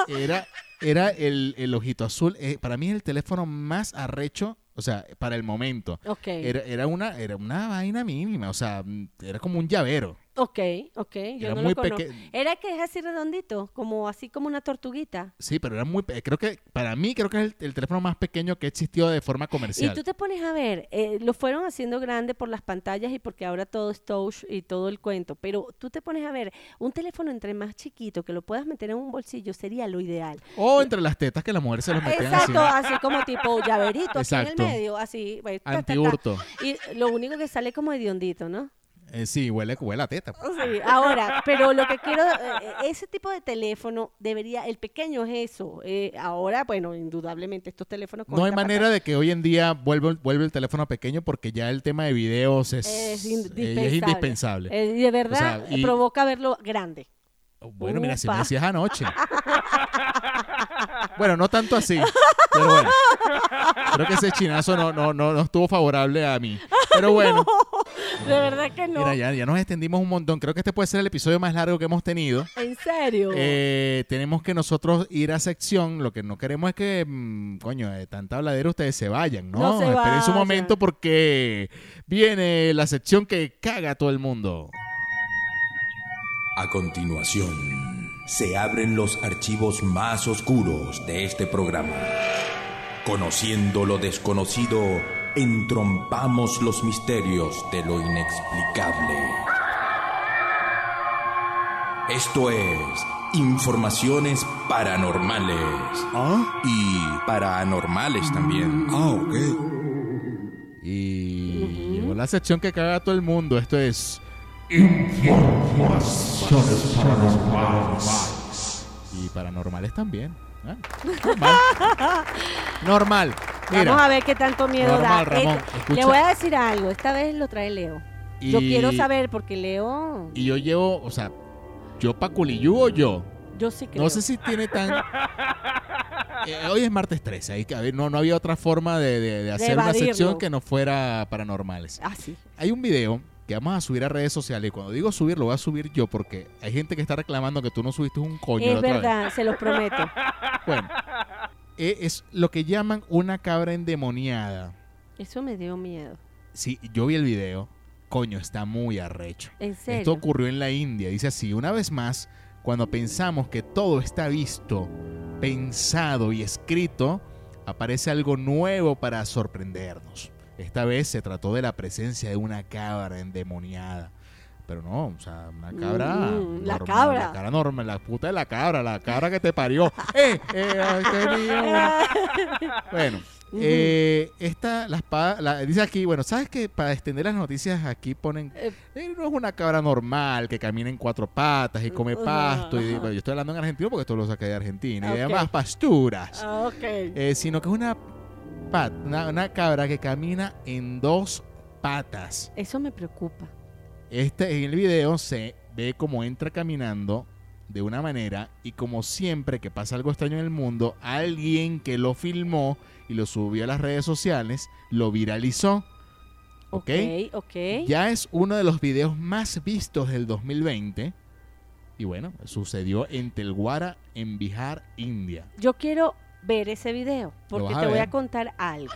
eh, era era el, el ojito azul. eh, para mí es el teléfono más arrecho, o sea, para el momento.
Ok,
Era, era, una, era una vaina mínima, o sea, mm, era como un llavero.
ok, ok, yo
Era
no
muy
lo conozco.
peque-
Era que es así redondito, como así como una tortuguita.
Sí, pero era muy... pe- Creo que, para mí, creo que es el, el teléfono más pequeño que existió de forma comercial.
Y tú te pones a ver, eh, lo fueron haciendo grande por las pantallas y porque ahora todo es touch y todo el cuento, pero tú te pones a ver, un teléfono entre más chiquito que lo puedas meter en un bolsillo sería lo ideal.
O entre las tetas que la mujer se los metían así.
Exacto, así como tipo llaverito aquí en el
Exacto.
medio, así. bueno, ta, ta, ta.
Antihurto.
Y lo único que sale como hediondito, ¿no?
Eh, sí, huele, huele a teta.
Sí, ahora, pero lo que quiero, eh, ese tipo de teléfono debería, el pequeño es eso. eh, ahora, bueno, indudablemente estos teléfonos... con
No hay
esta
manera de que hoy en día vuelva, vuelva el teléfono pequeño porque ya el tema de videos es,
pantalla Es
eh,
indispensable.
es indispensable.
Eh, y de verdad,
O sea, y-
provoca verlo grande.
Bueno, mira, si me
Upa.
decías anoche. Bueno, no tanto así, pero bueno. Creo que ese chinazo no, no, no, no estuvo favorable a mí. Pero bueno,
De verdad que no.
mira, ya, ya nos extendimos un montón. Creo que este puede ser el episodio más largo que hemos tenido.
En serio.
Eh, tenemos que nosotros ir a sección. Lo que no queremos es que, mm, coño, de tanta habladera ustedes se vayan, ¿no?
No se
Esperen su
vayan.
momento porque viene la sección que caga a todo el mundo.
A continuación, se abren los archivos más oscuros de este programa. Conociendo lo desconocido, entrompamos los misterios de lo inexplicable. Esto es Informaciones Paranormales. Y paranormales también.
Y llegó la sección que caga a todo el mundo. Esto es. Informaciones paranormales. Y paranormales también. Ah, normal. normal. Mira.
Vamos a ver qué tanto miedo
Normal,
da.
Ramón,
Eh,
escucha.
le voy a decir algo. Esta vez lo trae Leo. Yo
Y-
quiero saber porque Leo.
Y yo llevo, o sea, yo pa' culillú o yo.
Yo sí creo.
No sé si tiene tan. Eh, hoy es martes 13. Hay que, a ver, no, no había otra forma de, de- de hacer una
evadirlo.
sección que no fuera paranormales.
Ah, sí.
Hay un video que vamos a subir a redes sociales. Y cuando digo subir, lo voy a subir yo porque hay gente que está reclamando que tú no subiste un coño la
Es
otra
verdad, se los prometo.
vez. Bueno, eh, es lo que llaman una cabra endemoniada.
Eso me dio miedo.
Sí, yo vi el video. Coño, está muy arrecho.
En serio.
Esto ocurrió en la India. Dice así, una vez más, cuando pensamos que todo está visto, pensado y escrito, aparece algo nuevo para sorprendernos. Esta vez se trató de la presencia de una cabra endemoniada. Pero no, o sea, una cabra.
Mm, la
normal,
cabra.
La cabra normal, la puta de la cabra, la cabra que te parió. ¡Eh! eh, ay, tenía una-
Ah,
bueno, eh, esta, la espada, la- dice aquí, bueno, ¿sabes que para extender las noticias aquí ponen,
Eh,
eh, no es una cabra normal que camina en cuatro patas y come
Ajá,
pasto, y,
ajá. Ah,
bueno, yo estoy hablando en argentino porque esto lo saqué de Argentina, y
Ok.
además pasturas,
Ah, ok.
Eh, sino que es una, pat- una, una cabra que camina en dos patas.
Eso me preocupa.
Este, en el video se ve como entra caminando de una manera y como siempre que pasa algo extraño en el mundo, alguien que lo filmó y lo subió a las redes sociales, lo viralizó. ¿Ok?
Ok, ok.
Ya es uno de los videos más vistos del 2020. Y bueno, sucedió en Telguara, en Bihar, India.
Yo quiero ver ese video, porque
vas a
te voy
ver.
a contar algo.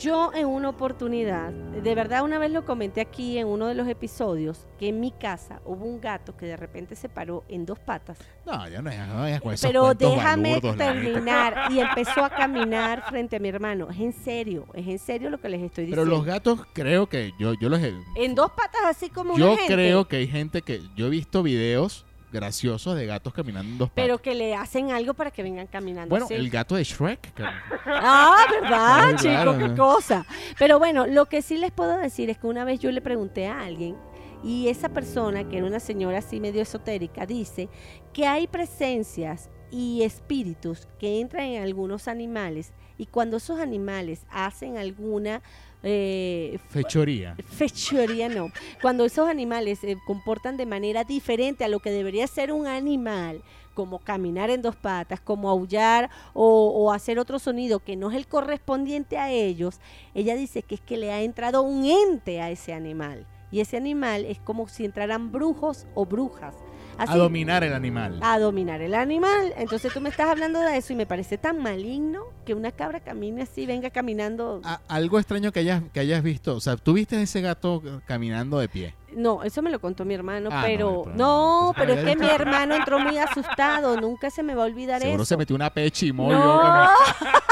Yo en una oportunidad, de verdad una vez lo comenté aquí en uno de los episodios, que en mi casa hubo un gato que de repente se paró en dos patas
No, ya no es, no es con esos
pero
cuentos
déjame
balurdos, la neta.
terminar. Y empezó a caminar frente a mi hermano. Es en serio, es en serio lo que les estoy diciendo.
Pero los gatos creo que yo, yo los he-
en dos patas así como
yo
una gente,
creo que hay gente que yo he visto videos graciosos de gatos caminando en dos patas.
pero que le hacen algo para que vengan caminando.
bueno,
así.
el gato de Shrek. cabrón.
Ah, ¿verdad,
Ay,
chico?
claro,
qué
¿no?
cosa. Pero bueno, lo que sí les puedo decir es que una vez yo le pregunté a alguien y esa persona, que era una señora así medio esotérica, dice que hay presencias y espíritus que entran en algunos animales y cuando esos animales hacen alguna... eh,
Fechoría.
fechoría no. Cuando esos animales se comportan de manera diferente a lo que debería ser un animal, como caminar en dos patas, como aullar o, o hacer otro sonido que no es el correspondiente a ellos, ella dice que es que le ha entrado un ente a ese animal. Y ese animal es como si entraran brujos o brujas.
A dominar el animal.
a dominar el animal. Entonces tú me estás hablando de eso y me parece tan maligno que una cabra camine así, venga caminando.
A- algo extraño que hayas, que hayas visto. O sea, ¿tú viste ese gato caminando de pie?
No, eso me lo contó mi hermano,
Ah, no,
pero
bueno, pero
no,
no, pues,
pero
entonces-
es que mi hermano entró muy asustado, nunca se me va a olvidar
Seguro
eso.
se metió una pecha y molió.
no.
caminando.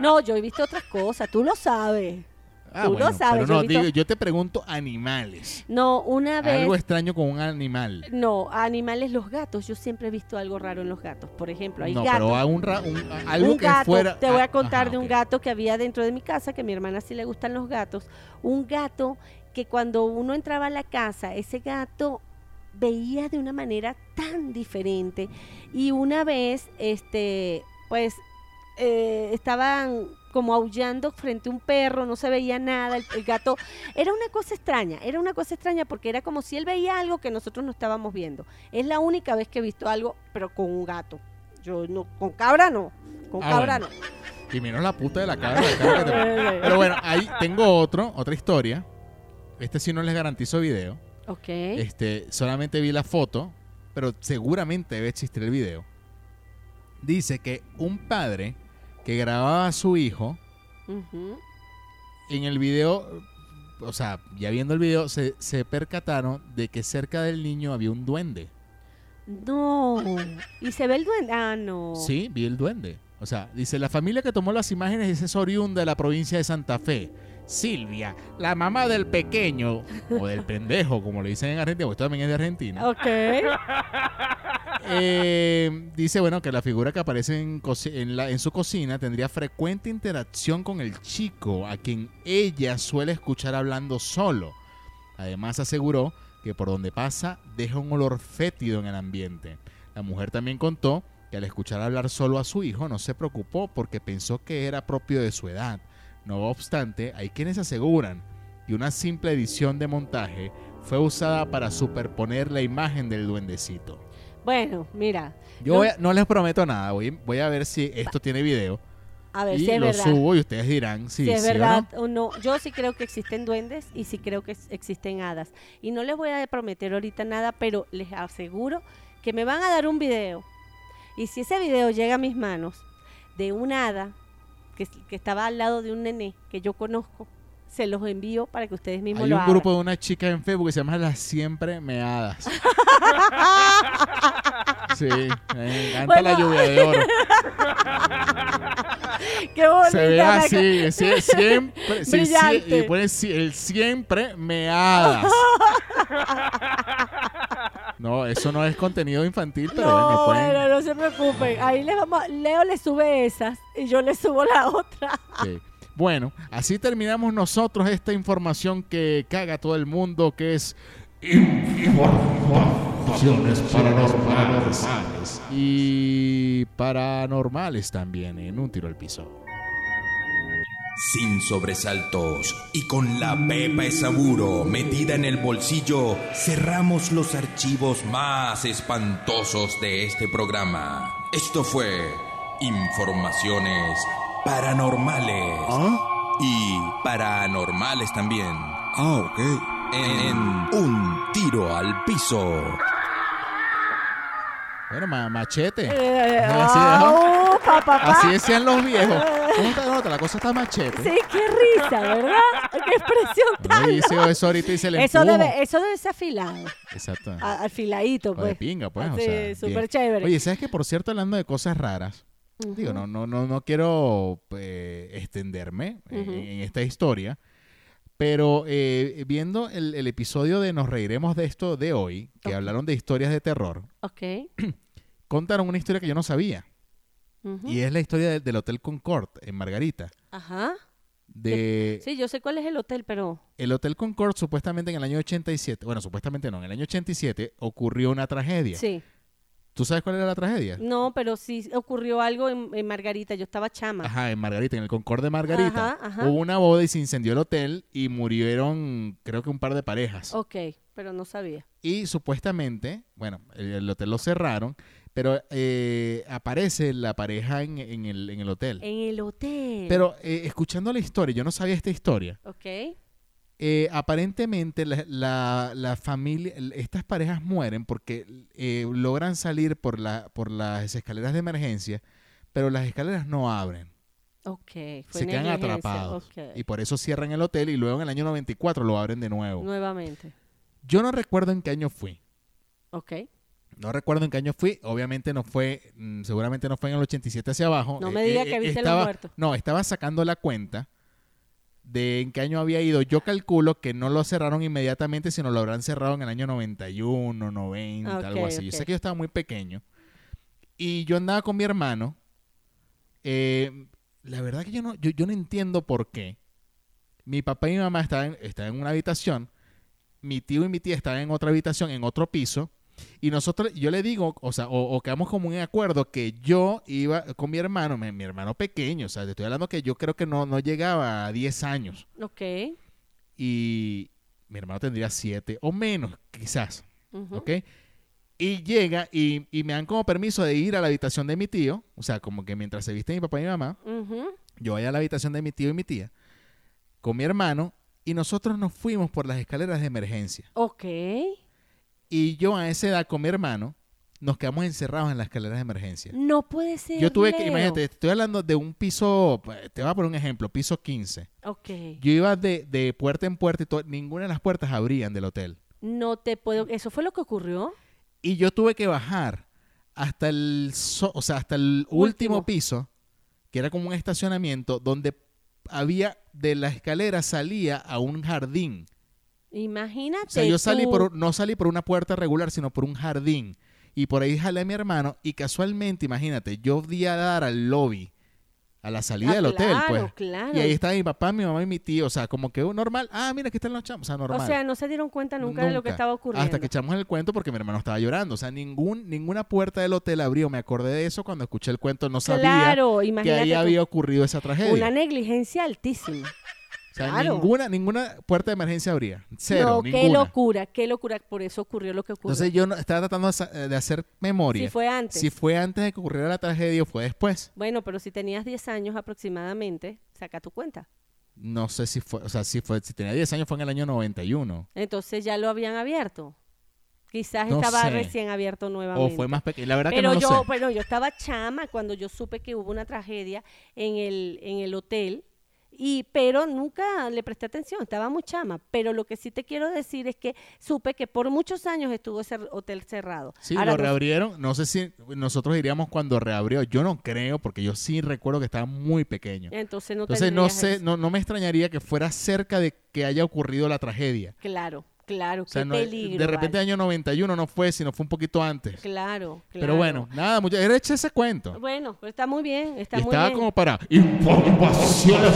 no, yo he visto otras cosas, tú lo sabes.
Ah,
tú lo
bueno,
sabes,
Pero no,
yo he visto-
digo, yo te pregunto animales.
No, una vez
Algo extraño con un animal.
no, animales los gatos, yo siempre he visto algo raro en los gatos. Por ejemplo, hay
No,
gatos
pero a un, ra- un- a- algo
un
que
gato,
fuera.
te voy
ah,
a contar
ajá,
de un
ok.
gato que había dentro de mi casa, que a mi hermana sí le gustan los gatos, un gato que cuando uno entraba a la casa, ese gato veía de una manera tan diferente. Y una vez, este, pues, eh, estaban como aullando frente a un perro, no se veía nada, el, el gato, era una cosa extraña, era una cosa extraña porque era como si él veía algo que nosotros no estábamos viendo. Es la única vez que he visto algo, pero con un gato. Yo no, con cabra no, con
Ah,
cabra
bueno. Y menos la puta de la cara. la cara que te-
no.
Pero bueno, ahí tengo otro, otra historia. Este sí no les garantizo video.
Ok.
Este, solamente vi la foto, pero seguramente debe existir el video. Dice que un padre que grababa a su hijo
Ujú.
en el video, o sea, ya viendo el video, se, se percataron de que cerca del niño había un duende.
No. Y se ve el duende. Ah, no.
Sí, vi el duende. O sea, dice, la familia que tomó las imágenes es oriunda de la provincia de Santa Fe. Silvia, la mamá del pequeño, o del pendejo, como le dicen en Argentina, porque esto también es de Argentina.
Ok.
Eh, dice, bueno, que la figura que aparece en, coci- en la- en su cocina tendría frecuente interacción con el chico, a quien ella suele escuchar hablando solo. Además aseguró que por donde pasa deja un olor fétido en el ambiente. La mujer también contó que al escuchar hablar solo a su hijo no se preocupó porque pensó que era propio de su edad. No obstante, hay quienes aseguran que una simple edición de montaje fue usada para superponer la imagen del duendecito.
Bueno, mira.
Yo
No.
voy a- no les prometo nada, voy, voy a ver si esto tiene video.
A ver
Y
si es
lo
verdad.
subo y ustedes dirán si,
si es
sí
verdad
o no.
o no. Yo sí creo que existen duendes y sí creo que ex- existen hadas. Y no les voy a prometer ahorita nada, pero les aseguro que me van a dar un video. Y si ese video llega a mis manos de una hada que, s- que estaba al lado de un nené que yo conozco, se los envío para que ustedes mismos
Hay
lo
un
abran.
grupo de una chica en Facebook que se llama Las Siempre Meadas. sí, me encanta la
Bueno.
lluvia de oro.
¡Qué bonita!
Se ve
la
así, sí, siempre. sí, sí,
Brillante.
y ponen si- el Siempre Meadas. No, eso no es contenido infantil, pero
no,
bueno, pueden-
bueno, no se preocupen. Ahí les vamos. Leo le sube esas y yo le subo la otra.
Sí. Bueno, así terminamos nosotros esta información que caga a todo el mundo, que es informaciones paranormales y paranormales también en un tiro al piso.
Sin sobresaltos y con la pepa esaburo metida en el bolsillo, cerramos los archivos más espantosos de este programa. Esto fue Informaciones Paranormales y Paranormales también. Ah, ok. Mm. En, Un Tiro al Piso.
Bueno, ma- machete.
Eh,
Así, ¿no?
ah, viejo, papá.
Así decían los viejos. ¿Cómo está la otra? La cosa está machete.
Sí, qué risa, ¿verdad? Qué expresión
Uno
tan.
dice eso ahorita y se le
Eso
empujo.
debe, eso debe ser afilado,
Exacto.
a- afiladito,
O de
pues.
pinga, pues. o
Así,
sea,
súper
bien.
chévere.
Oye, ¿sabes que Por cierto, hablando de cosas raras, digo, no, no, no, no quiero eh, extenderme en-
Ujú.
en, esta historia, pero eh, viendo el, el episodio de Nos Reiremos de esto de hoy, que
Ok.
hablaron de historias de terror,
Ok.
contaron una historia que yo no sabía,
ujú,
y es la historia del, del Hotel Concord en Margarita.
Ajá.
De
Sí, yo sé cuál es el hotel, pero.
el Hotel Concord, supuestamente en el año 87, bueno, supuestamente no, en el año 87 ocurrió una tragedia.
Sí.
¿Tú sabes cuál era la tragedia?
No, pero sí ocurrió algo en, en Margarita. Yo estaba chama.
Ajá, en Margarita, en el Concorde de Margarita.
Ajá, ajá.
Hubo una boda y se incendió el hotel y murieron, creo que un par de parejas.
Ok, pero no sabía.
Y supuestamente, bueno, el, el hotel lo cerraron, pero eh, aparece la pareja en, en el, en el hotel.
En el hotel.
Pero eh, escuchando la historia, yo no sabía esta historia.
Ok.
eh, aparentemente, la, la- la familia, el- estas parejas mueren porque eh, logran salir por, la, por las escaleras de emergencia, pero las escaleras no abren.
Ok. Fue
se quedan
negligencia,
atrapados.
ok,
Y por eso cierran el hotel y luego en el año 94 lo abren de nuevo.
Nuevamente.
Yo no recuerdo en qué año fui.
Ok.
No recuerdo en qué año fui. Obviamente no fue, mm, seguramente no fue en el 87 hacia abajo. eh,
No me diga que viste los
estaba,
muertos.
No, estaba sacando la cuenta de en qué año había ido. Yo calculo que no lo cerraron inmediatamente, sino lo habrán cerrado en el año 91, 90, algo
Ok,
así. Yo
ok.
sé que yo estaba muy pequeño. Y yo andaba con mi hermano. Eh, la verdad que yo no, yo, yo no entiendo por qué. Mi papá y mi mamá estaban, estaban en una habitación, mi tío y mi tía estaban en otra habitación, en otro piso, y nosotros, yo le digo, o sea, o, o quedamos como en acuerdo que yo iba con mi hermano, mi, mi hermano pequeño, o sea, te estoy hablando que yo creo que no, no llegaba a 10 años,
Ok.
y mi hermano tendría 7 o menos, quizás,
ujú,
¿ok? Y llega y, y me dan como permiso de ir a la habitación de mi tío, o sea, como que mientras se viste mi papá y mi mamá,
ujú,
yo voy a la habitación de mi tío y mi tía con mi hermano y nosotros nos fuimos por las escaleras de emergencia.
Ok.
Y yo a esa edad con mi hermano nos quedamos encerrados en las escaleras de emergencia.
No puede ser.
Yo tuve que,
Leo.
imagínate, estoy hablando de un piso, pues, te voy a poner un ejemplo, piso 15.
Ok.
Yo iba de, de puerta en puerta y todo, ninguna de las puertas abrían del hotel.
No te puedo. ¿Eso fue lo que ocurrió?
Y yo tuve que bajar hasta el, so- o sea, hasta el último.
Último.
piso, que era como un estacionamiento, donde había, de la escalera salía a un jardín.
Imagínate.
O sea, yo salí
tú.
por, un- no salí por una puerta regular, sino por un jardín. Y por ahí jalé a mi hermano y casualmente, imagínate, yo di a dar al lobby, a la salida
Ah,
del hotel,
claro,
pues.
claro.
Y ahí estaba mi papá, mi mamá y mi tío, o sea, como que uh, normal. Ah, mira, aquí están los chamos, o sea, normal.
O sea, no se dieron cuenta nunca, de lo que estaba ocurriendo.
Hasta que echamos el cuento porque mi hermano estaba llorando. O sea, ningún, ninguna puerta del hotel abrió. Me acordé de eso cuando escuché el cuento. No sabía
Claro,
que
imagínate
ahí
tú.
había ocurrido esa tragedia.
Una negligencia altísima.
o sea,
claro.
ninguna, ninguna puerta de emergencia abría. Cero,
no, qué
ninguna.
locura, qué locura. Por eso ocurrió lo que ocurrió.
Entonces yo no- estaba tratando de sa- eh, de hacer memoria.
Si fue antes.
Si fue antes de que ocurriera la tragedia o fue después.
Bueno, pero si tenías 10 años aproximadamente, saca tu cuenta.
No sé si fue, o sea, si fue, si tenía 10 años fue en el año 91.
Entonces ya lo habían abierto. Quizás
No
estaba
sé.
recién abierto
O
nuevamente.
fue más pequeño. La verdad
pero
que no
yo, pues,
lo sé.
bueno, yo estaba chama cuando yo supe que hubo una tragedia en el, en el hotel. Y, pero nunca le presté atención, estaba muy chama. Pero lo que sí te quiero decir es que supe que por muchos años estuvo ese hotel cerrado.
Sí,
Ahora,
lo
no-
reabrieron. No sé si nosotros iríamos cuando reabrió. Yo no creo, porque yo sí recuerdo que estaba muy pequeño.
entonces no
Entonces no
tendrías
sé,
eso.
no, no me extrañaría que fuera cerca de que haya ocurrido la tragedia.
Claro, claro,
O sea,
qué
no- eh,
peligro.
de repente
vale.
año 91 no fue, sino fue un poquito antes.
Claro, claro.
Pero bueno, nada, mucha- era hecho ese cuento.
Bueno, pero está muy bien, está
y
muy
estaba
bien.
como para informaciones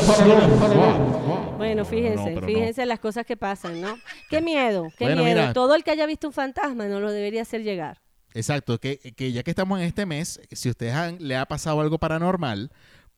paranormales.
Bueno,
No,
fíjense,
pero no.
fíjense las cosas que pasan, ¿no? Qué miedo, qué
Bueno,
miedo.
mira.
Todo el que haya visto un fantasma no lo debería hacer llegar.
Exacto, que, que ya que estamos en este mes, si ustedes han- le ha pasado algo paranormal,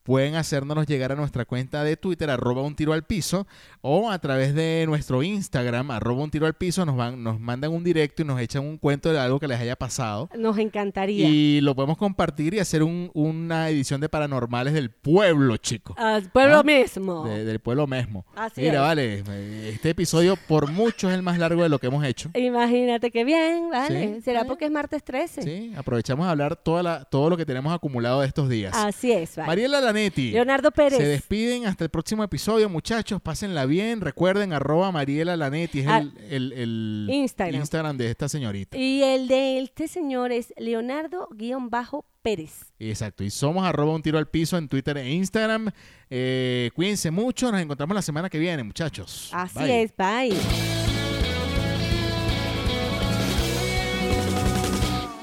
pueden hacernos llegar a nuestra cuenta de Twitter, arroba un tiro al piso, o a través de nuestro Instagram, arroba un tiro al piso, nos, van, nos mandan un directo y nos echan un cuento de algo que les haya pasado.
Nos encantaría.
Y lo podemos compartir y hacer un- una edición de Paranormales del pueblo, chicos.
Al pueblo
¿Ah?
mismo.
De- del pueblo mismo.
Así
Mira,
es.
vale, eh, este episodio por mucho es el más largo de lo que hemos hecho.
Imagínate qué bien, ¿vale?
Sí.
¿Será porque es martes 13?
Sí, aprovechamos a hablar toda la, todo lo que tenemos acumulado de estos días.
Así es, vale.
Mariela Lanetti.
Leonardo Pérez.
Se despiden hasta el próximo episodio, muchachos. Pásenla bien. Recuerden, arroba Mariela Lanetti. Es
Ah,
el, el- el
Instagram.
de esta señorita.
Y el de este señor es Leonardo-Pérez.
Exacto. Y somos arroba un tiro al piso en Twitter e Instagram. Eh, cuídense mucho. Nos encontramos la semana que viene, muchachos.
Así
Bye.
es, bye.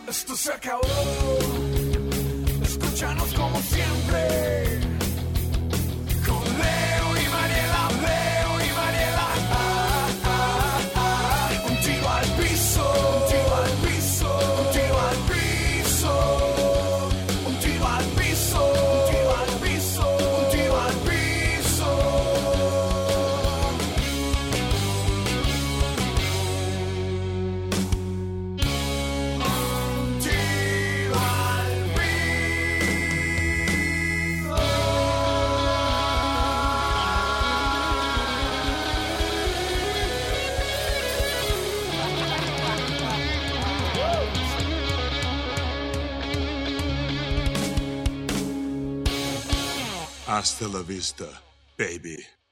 Esto se acabó. Escúchanos como siempre. Con Leo y Mariela, Leo y Mariela. Ah, ah, ah. Un tiro al piso, un tiro al piso, un tiro al piso. Un tiro al piso, un tiro al piso, un tiro al piso. Un tiro al
Hasta la vista, baby.